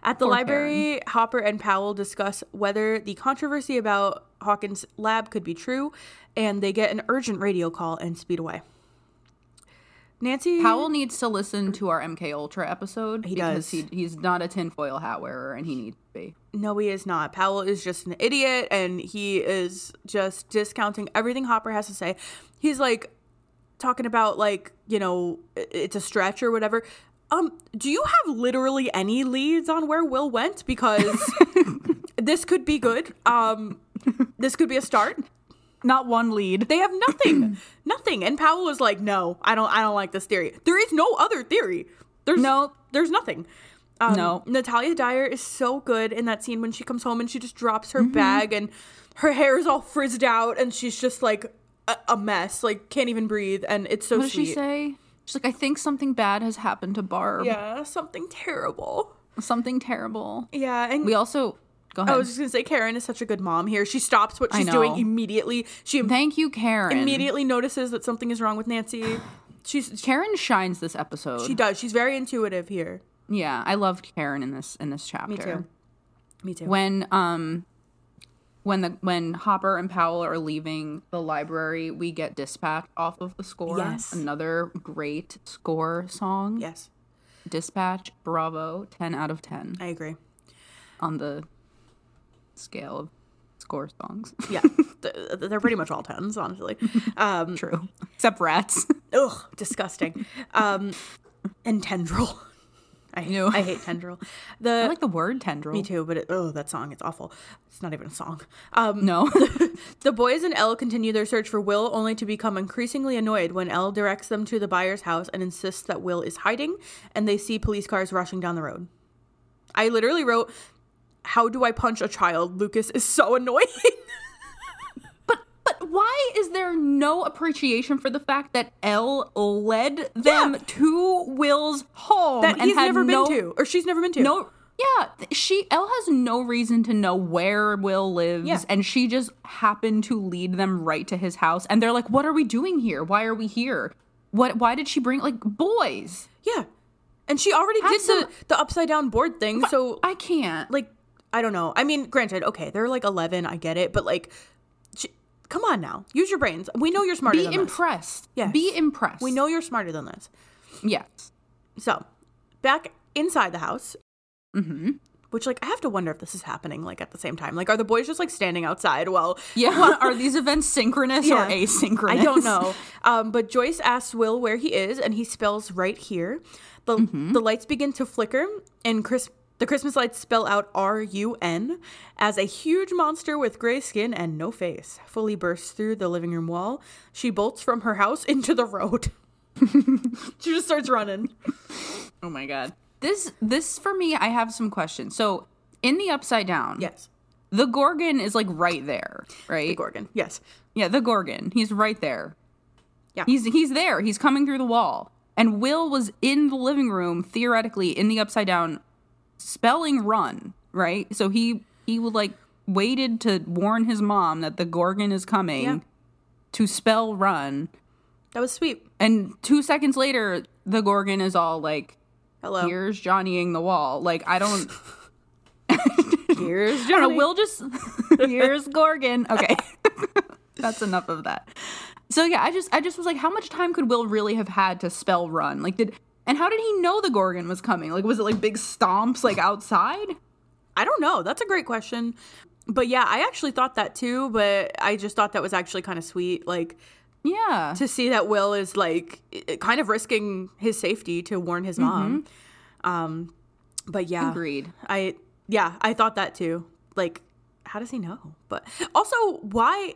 S1: At the library, Hopper and Powell discuss whether the controversy about Hawkins' lab could be true, and they get an urgent radio call and speed away. Nancy
S2: Powell needs to listen to our MK Ultra episode
S1: He does.
S2: because he, he's not a tinfoil hat wearer, and he needs to be.
S1: No, he is not. Powell is just an idiot, and he is just discounting everything Hopper has to say. He's like talking about like you know i- it's a stretch or whatever. Um, do you have literally any leads on where Will went? Because this could be good. Um, this could be a start.
S2: Not one lead.
S1: They have nothing, nothing. And Powell is like, no, I don't, I don't like this theory. There is no other theory. There's
S2: Nope.
S1: there's nothing. Um,
S2: No.
S1: Natalia Dyer is so good in that scene when she comes home and she just drops her
S2: Mm-hmm.
S1: bag and her hair is all frizzed out and she's just like a, a mess, like can't even breathe. And it's so
S2: What does
S1: sweet.
S2: she say? She's like, I think something bad has happened to Barb.
S1: Yeah, something terrible.
S2: Something terrible.
S1: Yeah, and
S2: We also Go
S1: I
S2: ahead.
S1: was just gonna say Karen is such a good mom here. She stops what
S2: I
S1: she's doing
S2: know.
S1: immediately. She
S2: Thank you, Karen.
S1: immediately notices that something is wrong with Nancy. She's
S2: Karen shines this episode.
S1: she does. She's very intuitive here.
S2: yeah, I loved Karen in this in this chapter.
S1: Me too. Me too.
S2: When um when the when Hopper and Powell are leaving the library, we get dispatch off of the score.
S1: Yes.
S2: Another great score song.
S1: yes,
S2: Dispatch, bravo, ten out of ten
S1: I agree.
S2: on the scale of score songs.
S1: Yeah, Th- they're pretty much all tens, honestly. Um,
S2: True. Except rats.
S1: ugh, disgusting. Um, and tendril. I
S2: Ew.
S1: I hate tendril.
S2: I
S1: The
S2: like the word tendril.
S1: me too, but it, oh, that song it's awful. It's not even a song. Um,
S2: No.
S1: The boys and Elle continue their search for Will, only to become increasingly annoyed when Elle directs them to the buyer's house and insists that Will is hiding, and they see police cars rushing down the road. I literally wrote, How do I punch a child? Lucas is so annoying.
S2: But why is there no appreciation for the fact that Elle led them
S1: Yeah.
S2: to Will's home
S1: that
S2: and
S1: he's
S2: had
S1: never
S2: no,
S1: been to, or she's never been to.
S2: No, yeah, th- she Elle has no reason to know where Will lives,
S1: Yeah.
S2: and she just happened to lead them right to his house. And they're like, "What are we doing here? Why are we here? What? Why did she bring like boys?
S1: Yeah. And she already
S2: Have
S1: did
S2: some-
S1: the, the upside down board thing, so,
S2: I can't.
S1: like, I don't know. I mean, granted, okay, they're like 11, I get it, but like, she, come on now. Use your brains. We know you're smarter
S2: be
S1: than this.
S2: impressed.
S1: Yes.
S2: Be impressed.
S1: We know you're smarter than this.
S2: Yes.
S1: So, back inside the house,
S2: Mm-hmm.
S1: which like I have to wonder if this is happening like at the same time. Like, are the boys just like standing outside? Well,
S2: Yeah. are these events synchronous
S1: Yeah.
S2: or asynchronous?
S1: I don't know. Um, but Joyce asks Will where he is, and he spells right here. The the lights begin to flicker, and Chris. The Christmas lights spell out R U N as a huge monster with gray skin and no face fully bursts through the living room wall. She bolts from her house into the road. she just starts running.
S2: Oh my god. This this for me, I have some questions. So in the upside down,
S1: Yes,
S2: the Gorgon is like right there, right?
S1: Gorgon. Yes.
S2: yeah, the Gorgon. He's right there.
S1: Yeah.
S2: He's he's there. He's coming through the wall. And Will was in the living room, theoretically, in the upside down, spelling run, right? So he he would like waited to warn his mom that the Gorgon is coming
S1: Yeah.
S2: to spell run.
S1: That was sweet.
S2: And two seconds later, the Gorgon is all like
S1: Hello.
S2: here's Johnnying the wall. Like I don't
S1: Here's Johnny.
S2: I don't know, Will just here's Gorgon. Okay. That's enough of that. So yeah, I just I just was like, how much time could Will really have had to spell run? Like did and how did he know the Gorgon was coming? Like was it like big stomps like outside?
S1: I don't know. That's a great question. But yeah, I actually thought that too, but I just thought that was actually kind of sweet. Like
S2: Yeah.
S1: to see that Will is like i- kind of risking his safety to warn his mom. Um, but yeah,
S2: Agreed.
S1: I yeah, I thought that too. Like, how does he know? But also, why?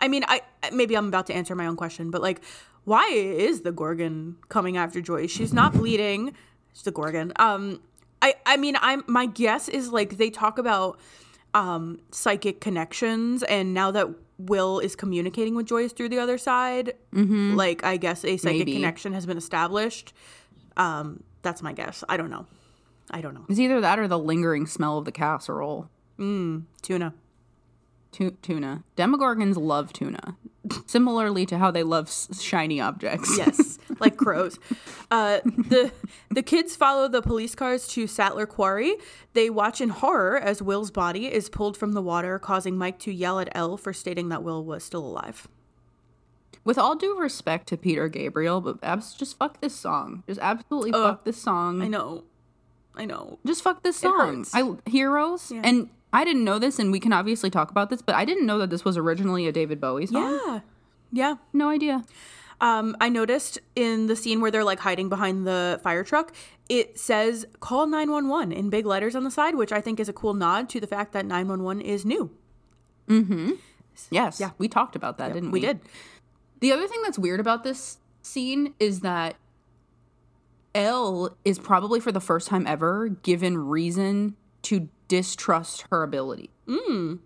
S1: I mean, I maybe I'm about to answer my own question, but like, why is the Gorgon coming after Joyce? She's not bleeding. It's the Gorgon. Um, I I mean, I'm my guess is like they talk about um psychic connections, and now that Will is communicating with Joyce through the other side, like I guess a psychic
S2: Maybe.
S1: connection has been established. Um, that's my guess. I don't know. I don't know.
S2: It's either that or the lingering smell of the casserole.
S1: Tuna.
S2: Tu- tuna. Demogorgons love tuna. Similarly to how they love s- shiny objects.
S1: Yes, like crows. Uh, the the kids follow the police cars to Sattler Quarry. They watch in horror as Will's body is pulled from the water, causing Mike to yell at Elle for stating that Will was still alive.
S2: With all due respect to Peter Gabriel, but abs- just fuck this song. Just absolutely fuck this song.
S1: I know, I know.
S2: Just fuck this song.
S1: hurts.
S2: I heroes and I didn't know this, and we can obviously talk about this, but I didn't know that this was originally a David Bowie song.
S1: Yeah, yeah.
S2: No idea.
S1: Um, I noticed in the scene where they're like hiding behind the fire truck, it says "Call 911" in big letters on the side, which I think is a cool nod to the fact that 911 is new.
S2: Mm-hmm. Yes, yeah. we talked about that, didn't we?
S1: We did.
S2: The other thing that's weird about this scene is that Elle is probably for the first time ever given reason to distrust her ability.
S1: Mm.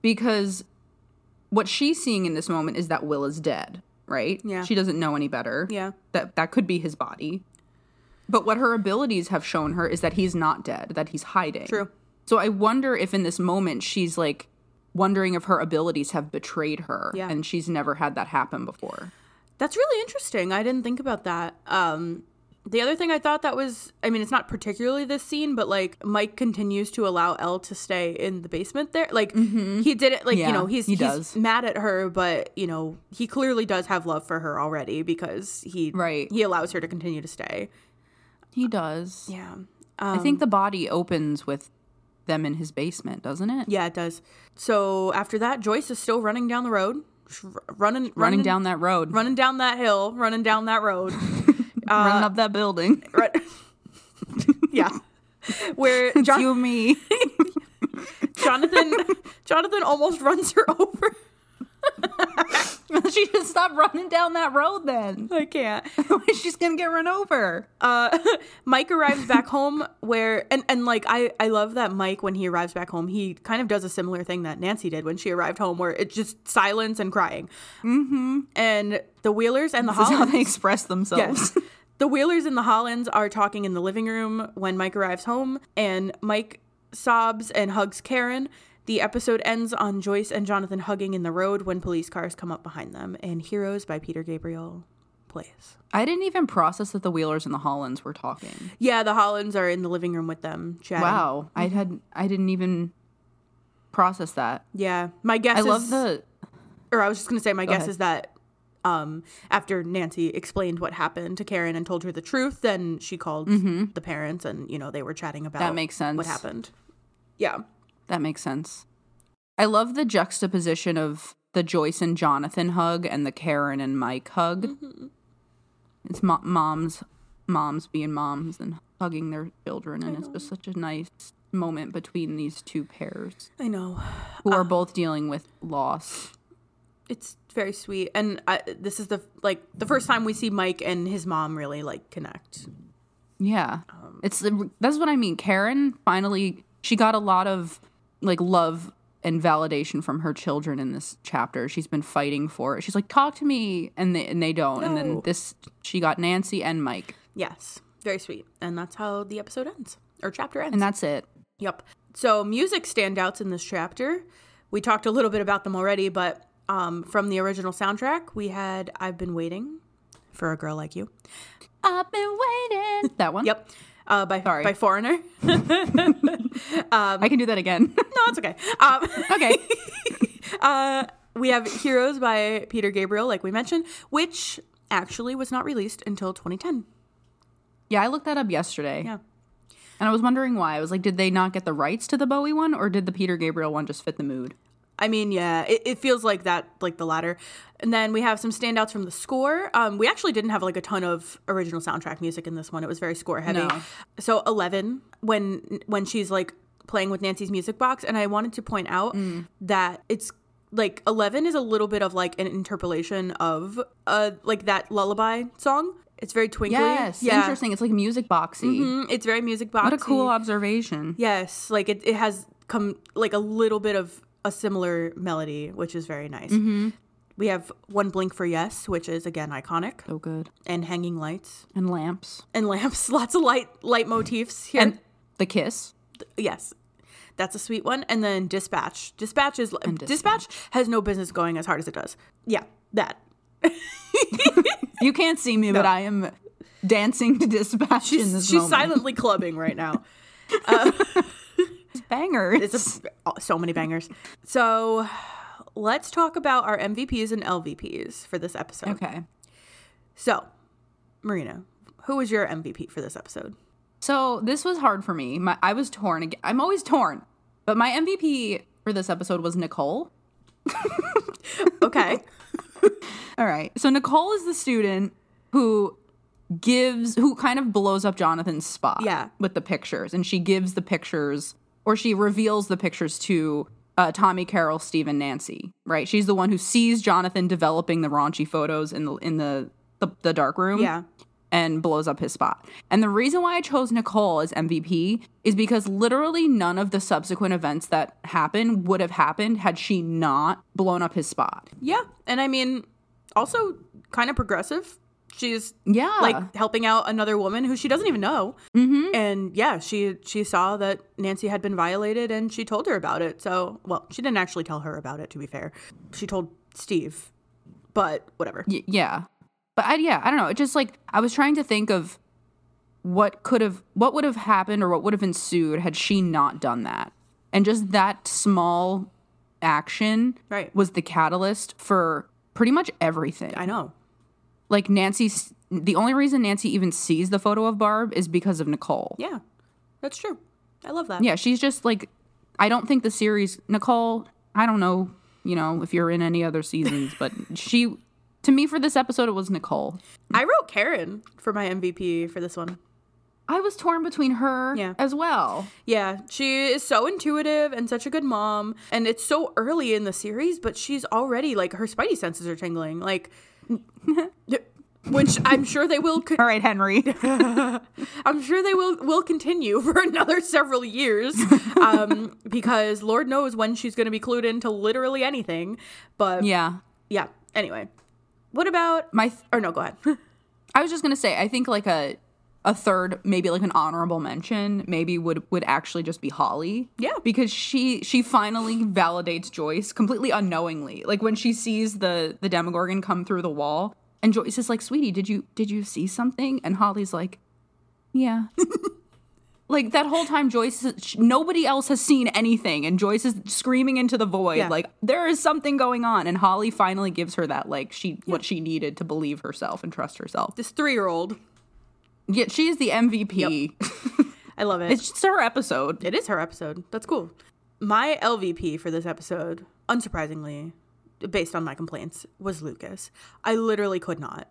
S2: Because what she's seeing in this moment is that Will is dead, right?
S1: Yeah.
S2: She doesn't know any better.
S1: Yeah.
S2: That that could be his body. But what her abilities have shown her is that he's not dead, that he's hiding.
S1: True.
S2: So I wonder if in this moment she's like wondering if her abilities have betrayed her
S1: Yeah.
S2: and she's never had that happen before.
S1: That's really interesting. I didn't think about that. Um, the other thing I thought that was, I mean, it's not particularly this scene, but like Mike continues to allow Elle to stay in the basement there. Like he did it, like
S2: Mm-hmm. Yeah,
S1: you know, he's
S2: he
S1: he's
S2: does.
S1: mad at her, but you know, he clearly does have love for her already because he
S2: Right.
S1: he allows her to continue to stay.
S2: He does.
S1: Yeah, um,
S2: I think the body opens with them in his basement, doesn't it?
S1: yeah, it does. So after that, Joyce is still running down the road, Sh- running,
S2: Running down that road,
S1: running down that hill, running down that road. uh,
S2: running up that building.
S1: Right. yeah. Where Jon-
S2: you and me.
S1: Jonathan Jonathan almost runs her over.
S2: she should stop running down that road then.
S1: I can't.
S2: She's gonna get run over.
S1: Uh, Mike arrives back home where and and like I I love that Mike when he arrives back home he kind of does a similar thing that Nancy did when she arrived home where it's just silence and crying. Mm-hmm. And the Wheelers and the
S2: That's how
S1: Hollands.
S2: they express themselves.
S1: Um, Yes. the Wheelers and the Hollands are talking in the living room when Mike arrives home, and Mike sobs and hugs Karen. The episode ends on Joyce and Jonathan hugging in the road when police cars come up behind them, and Heroes by Peter Gabriel plays.
S2: I didn't even process that the Wheelers and the Hollands were talking.
S1: Yeah, the Hollands are in the living room with them. Chatting.
S2: Wow, I had I didn't even process that.
S1: Yeah, my guess
S2: I
S1: is,
S2: love the
S1: or I was just gonna say, my guess
S2: ahead.
S1: is that um, after Nancy explained what happened to Karen and told her the truth, then she called the parents, and you know they were chatting about
S2: Mm-hmm. That makes sense.
S1: what happened. Yeah.
S2: that makes sense. I love the juxtaposition of the Joyce and Jonathan hug and the Karen and Mike hug. It's mo- moms, moms being moms and hugging their children, and it's just such a nice moment between these two pairs
S1: I know.
S2: who are both dealing with loss.
S1: It's very sweet. And I, this is the like the first time we see Mike and his mom really like connect.
S2: Yeah. it's the, that's what I mean. Karen finally she got a lot of like love and validation from her children in this chapter. She's been fighting for it. She's like, "Talk to me." And they and they don't. And then
S1: No.
S2: this she got Nancy and Mike.
S1: Yes, very sweet. And that's how the episode ends or chapter ends.
S2: And that's it.
S1: yep. So music standouts in this chapter. We talked a little bit about them already, but um, from the original soundtrack, we had "I've Been Waiting for a Girl Like You."
S2: I've been waiting. That one.
S1: Yep, uh, by
S2: Sorry.
S1: by Foreigner. no,
S2: I can do that again.
S1: it's okay. Um,
S2: okay.
S1: Uh, we have Heroes by Peter Gabriel, like we mentioned, which actually was not released until 2010.
S2: Yeah, I looked that up yesterday.
S1: Yeah.
S2: And I was wondering why. I was like, did they not get the rights to the Bowie one or did the Peter Gabriel one just fit the mood?
S1: I mean, yeah, it, it feels like that, like the latter. And then we have some standouts from the score. Um, we actually didn't have like a ton of original soundtrack music in this one. It was very score heavy.
S2: No.
S1: So eleven, when when she's like playing with Nancy's music box, and I wanted to point out
S2: Mm.
S1: that it's like eleven is a little bit of like an interpolation of uh like that lullaby song. It's very twinkly.
S2: Yes.
S1: yeah.
S2: Interesting. It's like music boxy.
S1: Mm, it's very music boxy.
S2: What a cool observation.
S1: Yes, like it, it has come like a little bit of a similar melody, which is very nice.
S2: Mm-hmm.
S1: We have one blink for yes, which is again iconic,
S2: So good.
S1: and hanging lights
S2: And lamps.
S1: and lamps. Lots of light light motifs here.
S2: And the kiss.
S1: yes, that's a sweet one. And then dispatch. Dispatch is dispatch.
S2: Dispatch.
S1: has no business going as hard as it does. Yeah, that.
S2: You can't see me, but I am dancing to dispatch in this
S1: She's
S2: moment.
S1: silently clubbing right now.
S2: It's bangers.
S1: It's a, so many bangers. So let's talk about our MVPs and LVPs for this episode.
S2: okay.
S1: So, Marina, who was your MVP for this episode?
S2: So this was hard for me. My, I was torn. ag- I'm always torn. But my MVP for this episode was Nicole.
S1: Okay.
S2: All right. So Nicole is the student who gives who kind of blows up Jonathan's spot
S1: Yeah.
S2: with the pictures and she gives the pictures or she reveals the pictures to uh, Tommy Carroll, Steve and Nancy, right? She's the one who sees Jonathan developing the raunchy photos in the in the the, the dark room
S1: Yeah.
S2: and blows up his spot. And the reason why I chose Nicole as MVP is because literally none of the subsequent events that happened would have happened had she not blown up his spot.
S1: yeah. And I mean, also kind of progressive. She's
S2: Yeah.
S1: like helping out another woman who she doesn't even know.
S2: mm-hmm.
S1: And yeah, she she saw that Nancy had been violated and she told her about it. So, well, she didn't actually tell her about it to be fair. She told Steve. But whatever.
S2: Y- yeah. But I, yeah, I don't know. It just like I was trying to think of what could have, what would have happened or what would have ensued had she not done that. And just that small action
S1: Right.
S2: was the catalyst for pretty much everything.
S1: I know.
S2: Like Nancy's, the only reason Nancy even sees the photo of Barb is because of Nicole.
S1: Yeah. That's true. I love that.
S2: yeah, she's just like, I don't think the series Nicole. I don't know, you know, if you're in any other seasons, but she, to me, for this episode, it was Nicole.
S1: I wrote Karen for my MVP for this one.
S2: I was torn between her
S1: Yeah.
S2: as well.
S1: Yeah, she is so intuitive and such a good mom. And it's so early in the series, but she's already like her spidey senses are tingling. Like, which I'm sure they will. Con-
S2: All right, Henry.
S1: I'm sure they will will continue for another several years, um, because Lord knows when she's going to be clued into literally anything. But yeah.
S2: yeah.
S1: Anyway, what about?
S2: My th-
S1: Or no, go ahead.
S2: I was just going to say I think like a a third maybe like an honorable mention maybe would would actually just be Holly.
S1: Yeah.
S2: Because she she finally validates Joyce completely unknowingly. Like when she sees the the Demogorgon come through the wall and Joyce is like, "Sweetie, did you did you see something?" And Holly's like, "Yeah." Like that whole time, Joyce, sh- nobody else has seen anything, and Joyce is screaming into the void,
S1: Yeah.
S2: like there is something going on. And Holly finally gives her that, like she what she needed to believe herself and trust herself.
S1: this three year old.
S2: Yeah, she is the MVP.
S1: I love it.
S2: it's just her episode.
S1: It is her episode. That's cool. My LVP for this episode, unsurprisingly, based on my complaints, was Lucas. I literally could not.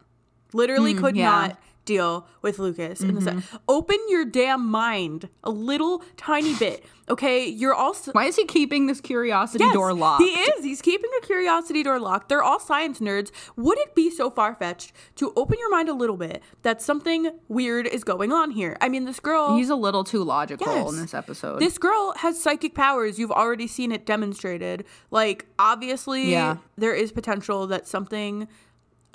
S1: Literally could
S2: Hmm, yeah. Mm-hmm.
S1: not deal with Lucas. in this e- Open your damn mind a little tiny bit. Okay, you're all s-
S2: Why is he keeping this curiosity
S1: Yes,
S2: door locked?
S1: He is. He's keeping a curiosity door locked. They're all science nerds. Would it be so far fetched to open your mind a little bit that something weird is going on here? I mean, this girl.
S2: He's a little too logical
S1: Yes.
S2: in this episode.
S1: This girl has psychic powers. You've already seen it demonstrated. Like, obviously,
S2: Yeah.
S1: there is potential that something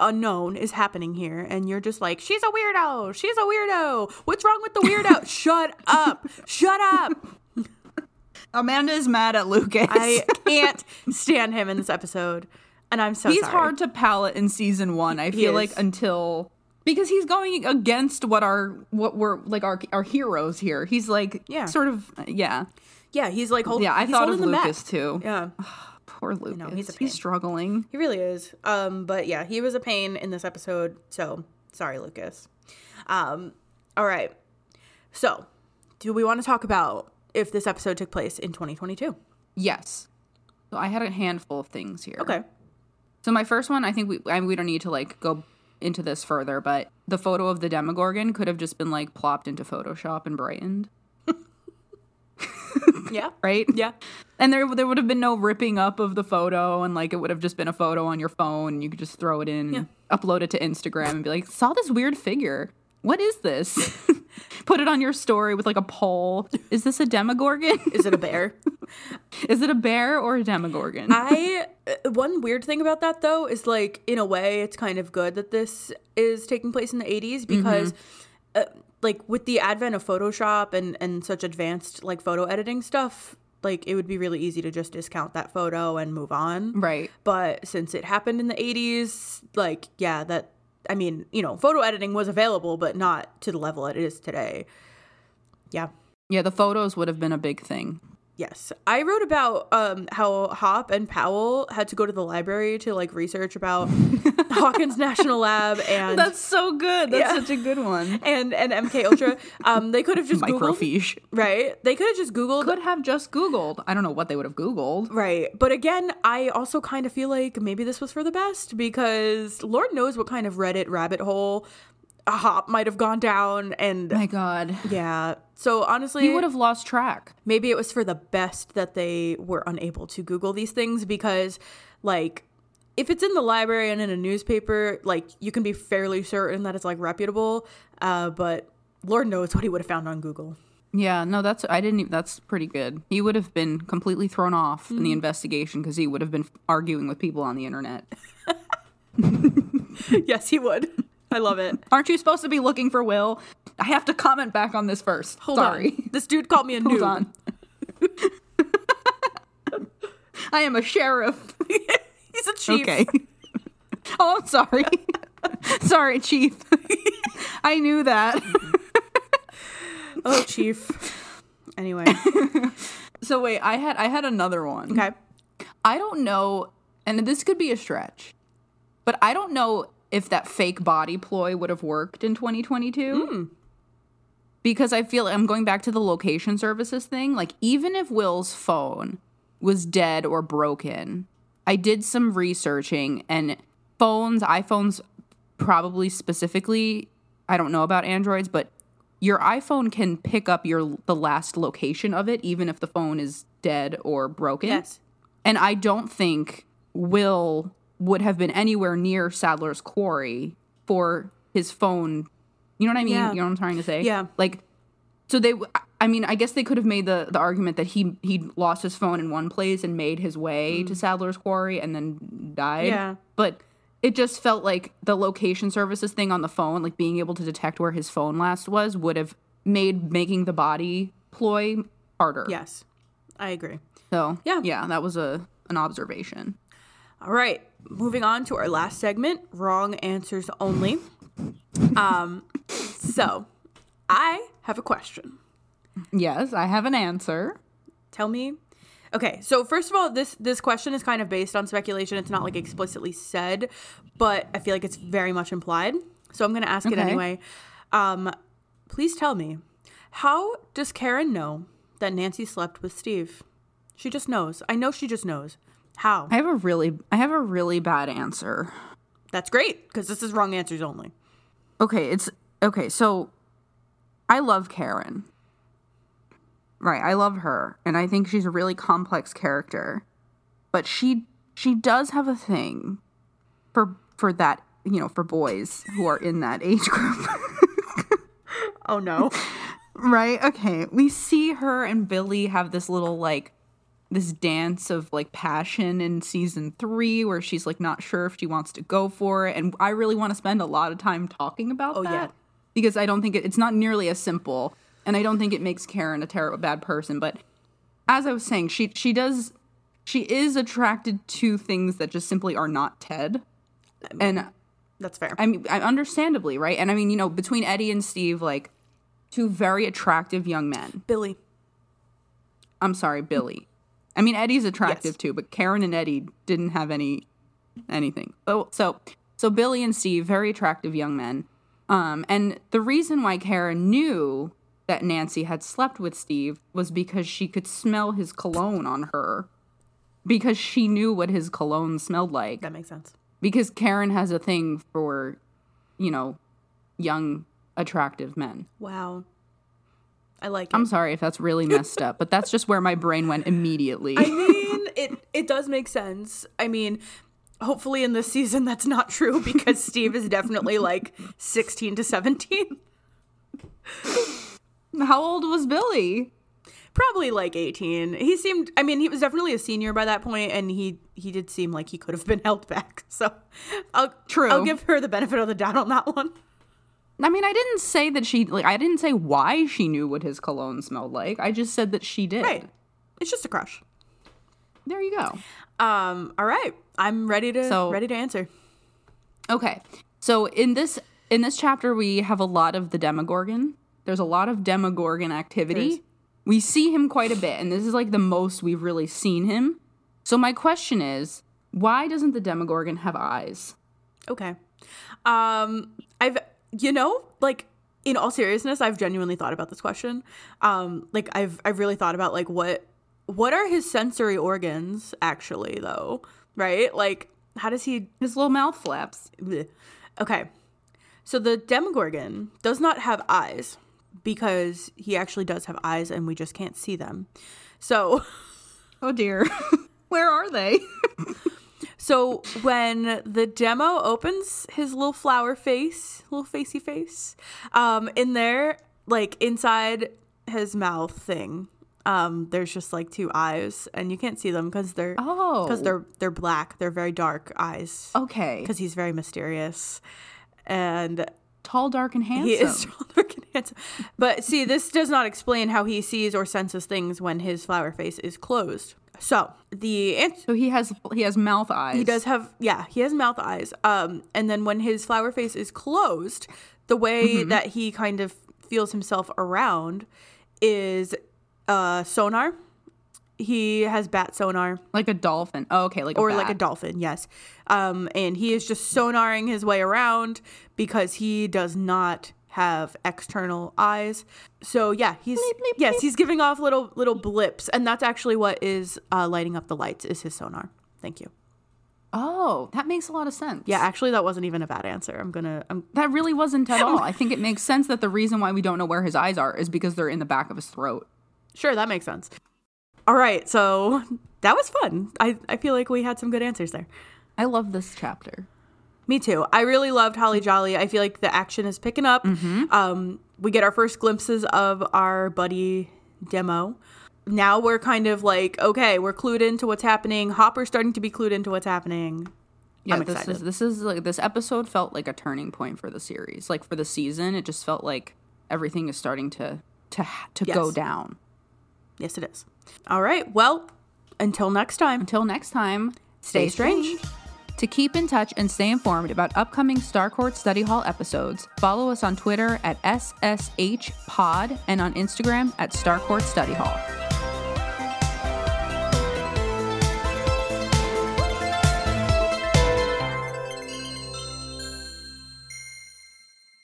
S1: unknown is happening here. And you're just like, she's a weirdo. She's a weirdo. What's wrong with the weirdo? Shut up. Shut up.
S2: Amanda is mad at Lucas.
S1: I can't stand him in this episode. And I'm so
S2: he's
S1: sorry.
S2: hard to palate in season one. I feel like
S1: is.
S2: until because he's going against what our what we're like our our heroes here. He's like
S1: Yeah.
S2: sort of yeah
S1: Yeah, he's like holding.
S2: yeah. I
S1: he's
S2: thought of
S1: holding them back.
S2: Lucas too.
S1: Yeah,
S2: Poor Lucas.
S1: know, he's
S2: he's,
S1: a pain.
S2: struggling.
S1: he really is. Um, but yeah, he was a pain in this episode. So sorry, Lucas. Um, all right. So, do we want to talk about if this episode took place in 2022?
S2: Yes. So I had a handful of things here.
S1: Okay.
S2: So my first one, I think we I mean, we don't need to like go into this further, but the photo of the Demogorgon could have just been like plopped into Photoshop and brightened,
S1: Yeah.
S2: right?
S1: Yeah.
S2: And there there would have been no ripping up of the photo, and like it would have just been a photo on your phone, and you could just throw it in, upload it to Instagram, and be like, saw this weird figure. What is this? Put it on your story with like a poll. Is this a Demogorgon?
S1: Is it a bear?
S2: is it a bear or a Demogorgon?
S1: I uh, one weird thing about that though is like in a way it's kind of good that this is taking place in the 80s because uh, like with the advent of Photoshop and and such advanced like photo editing stuff like it would be really easy to just discount that photo and move on.
S2: right.
S1: But since it happened in the 80s like yeah that I mean, you know, photo editing was available but not to the level it is today. Yeah.
S2: Yeah, the photos would have been a big thing.
S1: Yes. I wrote about um, how Hop and Powell had to go to the library to like research about Hawkins National Lab and
S2: That's so good. That's
S1: Yeah.
S2: such a good one.
S1: and and MK Ultra. Um, they could have just googled,
S2: Microfiche.
S1: right? They could have just googled,
S2: Could have just Googled. I don't know what they would have Googled.
S1: right? But again, I also kind of feel like maybe this was for the best because Lord knows what kind of Reddit rabbit hole Hop might have gone down, and
S2: My God.
S1: yeah. So honestly,
S2: He would have lost track.
S1: maybe it was for the best that they were unable to google these things because like if it's in the library and in a newspaper like you can be fairly certain that it's like reputable uh, but lord knows what he would have found on google
S2: Yeah, no, that's, I didn't even, that's pretty good. He would have been completely thrown off in the investigation because he would have been arguing with people on the internet.
S1: yes he would I love it.
S2: Aren't you supposed to be looking for Will? I have to comment back on this first.
S1: Hold
S2: Sorry.
S1: on. This dude called me a
S2: Hold
S1: noob.
S2: on. I am a sheriff.
S1: He's a chief.
S2: Okay. oh, I'm sorry. sorry, Chief. I knew that.
S1: Oh, chief. Anyway.
S2: So wait, I had I had another one.
S1: Okay.
S2: I don't know, and this could be a stretch, but I don't know if that fake body ploy would have worked in 2022. Because I feel I'm going back to the location services thing. Like, even if Will's phone was dead or broken, I did some researching and phones, iPhones, probably specifically, I don't know about Androids, but your iPhone can pick up your the last location of it, even if the phone is dead or broken.
S1: Yes.
S2: And I don't think Will would have been anywhere near Sadler's Quarry for his phone. You know what I mean?
S1: Yeah.
S2: You know what I'm trying to say?
S1: Yeah.
S2: Like, so they. I mean, I guess they could have made the the argument that he he lost his phone in one place and made his way to Sadler's Quarry and then died.
S1: Mm. Yeah.
S2: But it just felt like the location services thing on the phone, like being able to detect where his phone last was, would have made making the body ploy harder.
S1: Yes. I agree.
S2: So
S1: Yeah.
S2: yeah, that was a an observation.
S1: All right, moving on to our last segment, wrong answers only. Um, so I have a question.
S2: Yes, I have an answer.
S1: Tell me. Okay, so first of all, this this question is kind of based on speculation. It's not like explicitly said, but I feel like it's very much implied. So I'm going to ask it
S2: Okay.
S1: anyway. Um, please tell me, how does Karen know that Nancy slept with Steve? She just knows. I know she just knows. How?
S2: I have a really I have a really bad answer.
S1: That's great because this is wrong answers only.
S2: Okay, it's okay, so I love Karen. Right, I love her and I think she's a really complex character. But she she does have a thing for for that, you know, for boys who are in that age group.
S1: Oh no.
S2: Right? Okay. We see her and Billy have this little like this dance of like passion in season 3 where she's like not sure if she wants to go for it and I really want to spend a lot of time talking about
S1: Oh,
S2: that
S1: yeah.
S2: because I don't think it, it's not nearly as simple and I don't think it makes Karen a terrible bad person but as I was saying she she does she is attracted to things that just simply are not Ted and
S1: That's fair.
S2: I mean, I- understandably, right? And I mean, you know, between Eddie and Steve, like two very attractive young men.
S1: Billy.
S2: I'm sorry, Billy. I mean, Eddie's attractive
S1: Yes.
S2: too, but Karen and Eddie didn't have any anything. So, so, so Billy and Steve, very attractive young men. Um, and the reason why Karen knew that Nancy had slept with Steve was because she could smell his cologne on her, because she knew what his cologne smelled like.
S1: That makes sense.
S2: because Karen has a thing for, you know, young attractive men.
S1: Wow. I like it.
S2: I'm sorry if that's really messed up, but that's just where my brain went immediately.
S1: I mean, it it does make sense. I mean, hopefully in this season that's not true because Steve is definitely like 16 to 17.
S2: How old was Billy?
S1: Probably like 18. He seemed I mean, he was definitely a senior by that point and he he did seem like he could have been held back. So, I'll
S2: True.
S1: I'll give her the benefit of the doubt on that one.
S2: I mean, I didn't say that she like I didn't say why she knew what his cologne smelled like. I just said that she did.
S1: Right. It's just a crush.
S2: There you go.
S1: Um all right. I'm ready to
S2: So-
S1: ready to answer.
S2: Okay. So in this in this chapter we have a lot of the Demogorgon. There's a lot of Demogorgon
S1: There is.
S2: activity. We see him quite a bit and this is like the most we've really seen him. So my question is, why doesn't the Demogorgon have eyes?
S1: Okay. Um I've you know, like in all seriousness, I've genuinely thought about this question. Um like I've I've really thought about like what what are his sensory organs actually though, right? Like how does he
S2: His little mouth flaps.
S1: bleh. Okay. So the Demogorgon does not have eyes because he actually does have eyes and we just can't see them. So
S2: Oh dear. Where are they?
S1: So when the demo opens his little flower face, little facey face, um, in there, like inside his mouth thing, um, there's just like two eyes, and you can't see them because they're
S2: Oh.
S1: because they're they're black. They're very dark eyes
S2: Okay.
S1: because he's very mysterious. and
S2: Tall, dark, and handsome.
S1: he is tall, dark, and handsome. But see, this does not explain how he sees or senses things when his flower face is closed. So the answer.
S2: So he has he has mouth eyes.
S1: He does have, yeah, he has mouth eyes. Um, and then when his flower face is closed, the way
S2: Mm-hmm.
S1: that he kind of feels himself around is uh, sonar. He has bat sonar
S2: like a dolphin. Oh, okay, like
S1: or
S2: a
S1: like a
S2: bat.
S1: dolphin, yes. Um, and he is just sonaring his way around because he does not have external eyes. So yeah, he's
S2: bleep,
S1: yes, he's giving off little little blips, and that's actually what is uh, lighting up the lights is his sonar. Thank you.
S2: Oh, that makes a lot of sense.
S1: Yeah, actually, that wasn't even a bad answer. I'm gonna. I'm,
S2: that really wasn't at all. I think it makes sense that the reason why we don't know where his eyes are is because they're in the back of his throat.
S1: sure, that makes sense. All right, so that was fun. I I feel like we had some good answers there.
S2: I love this chapter.
S1: Me too. I really loved Holly Jolly. I feel like the action is picking up. Um, we get our first glimpses of our buddy demo. Now we're kind of like, okay, we're clued into what's happening. Hopper's starting to be clued into what's happening.
S2: Yeah,
S1: I'm
S2: this
S1: excited.
S2: is this is like this episode felt like a turning point for the series. Like for the season, it just felt like everything is starting to to ha- to go
S1: Yes.
S2: down.
S1: yes, it is. All right. Well, until next time.
S2: Until next time,
S1: Stay strange.
S2: To keep in touch and stay informed about upcoming Starcourt Study Hall episodes, follow us on Twitter at SSH Pod and on Instagram at Starcourt Study Hall.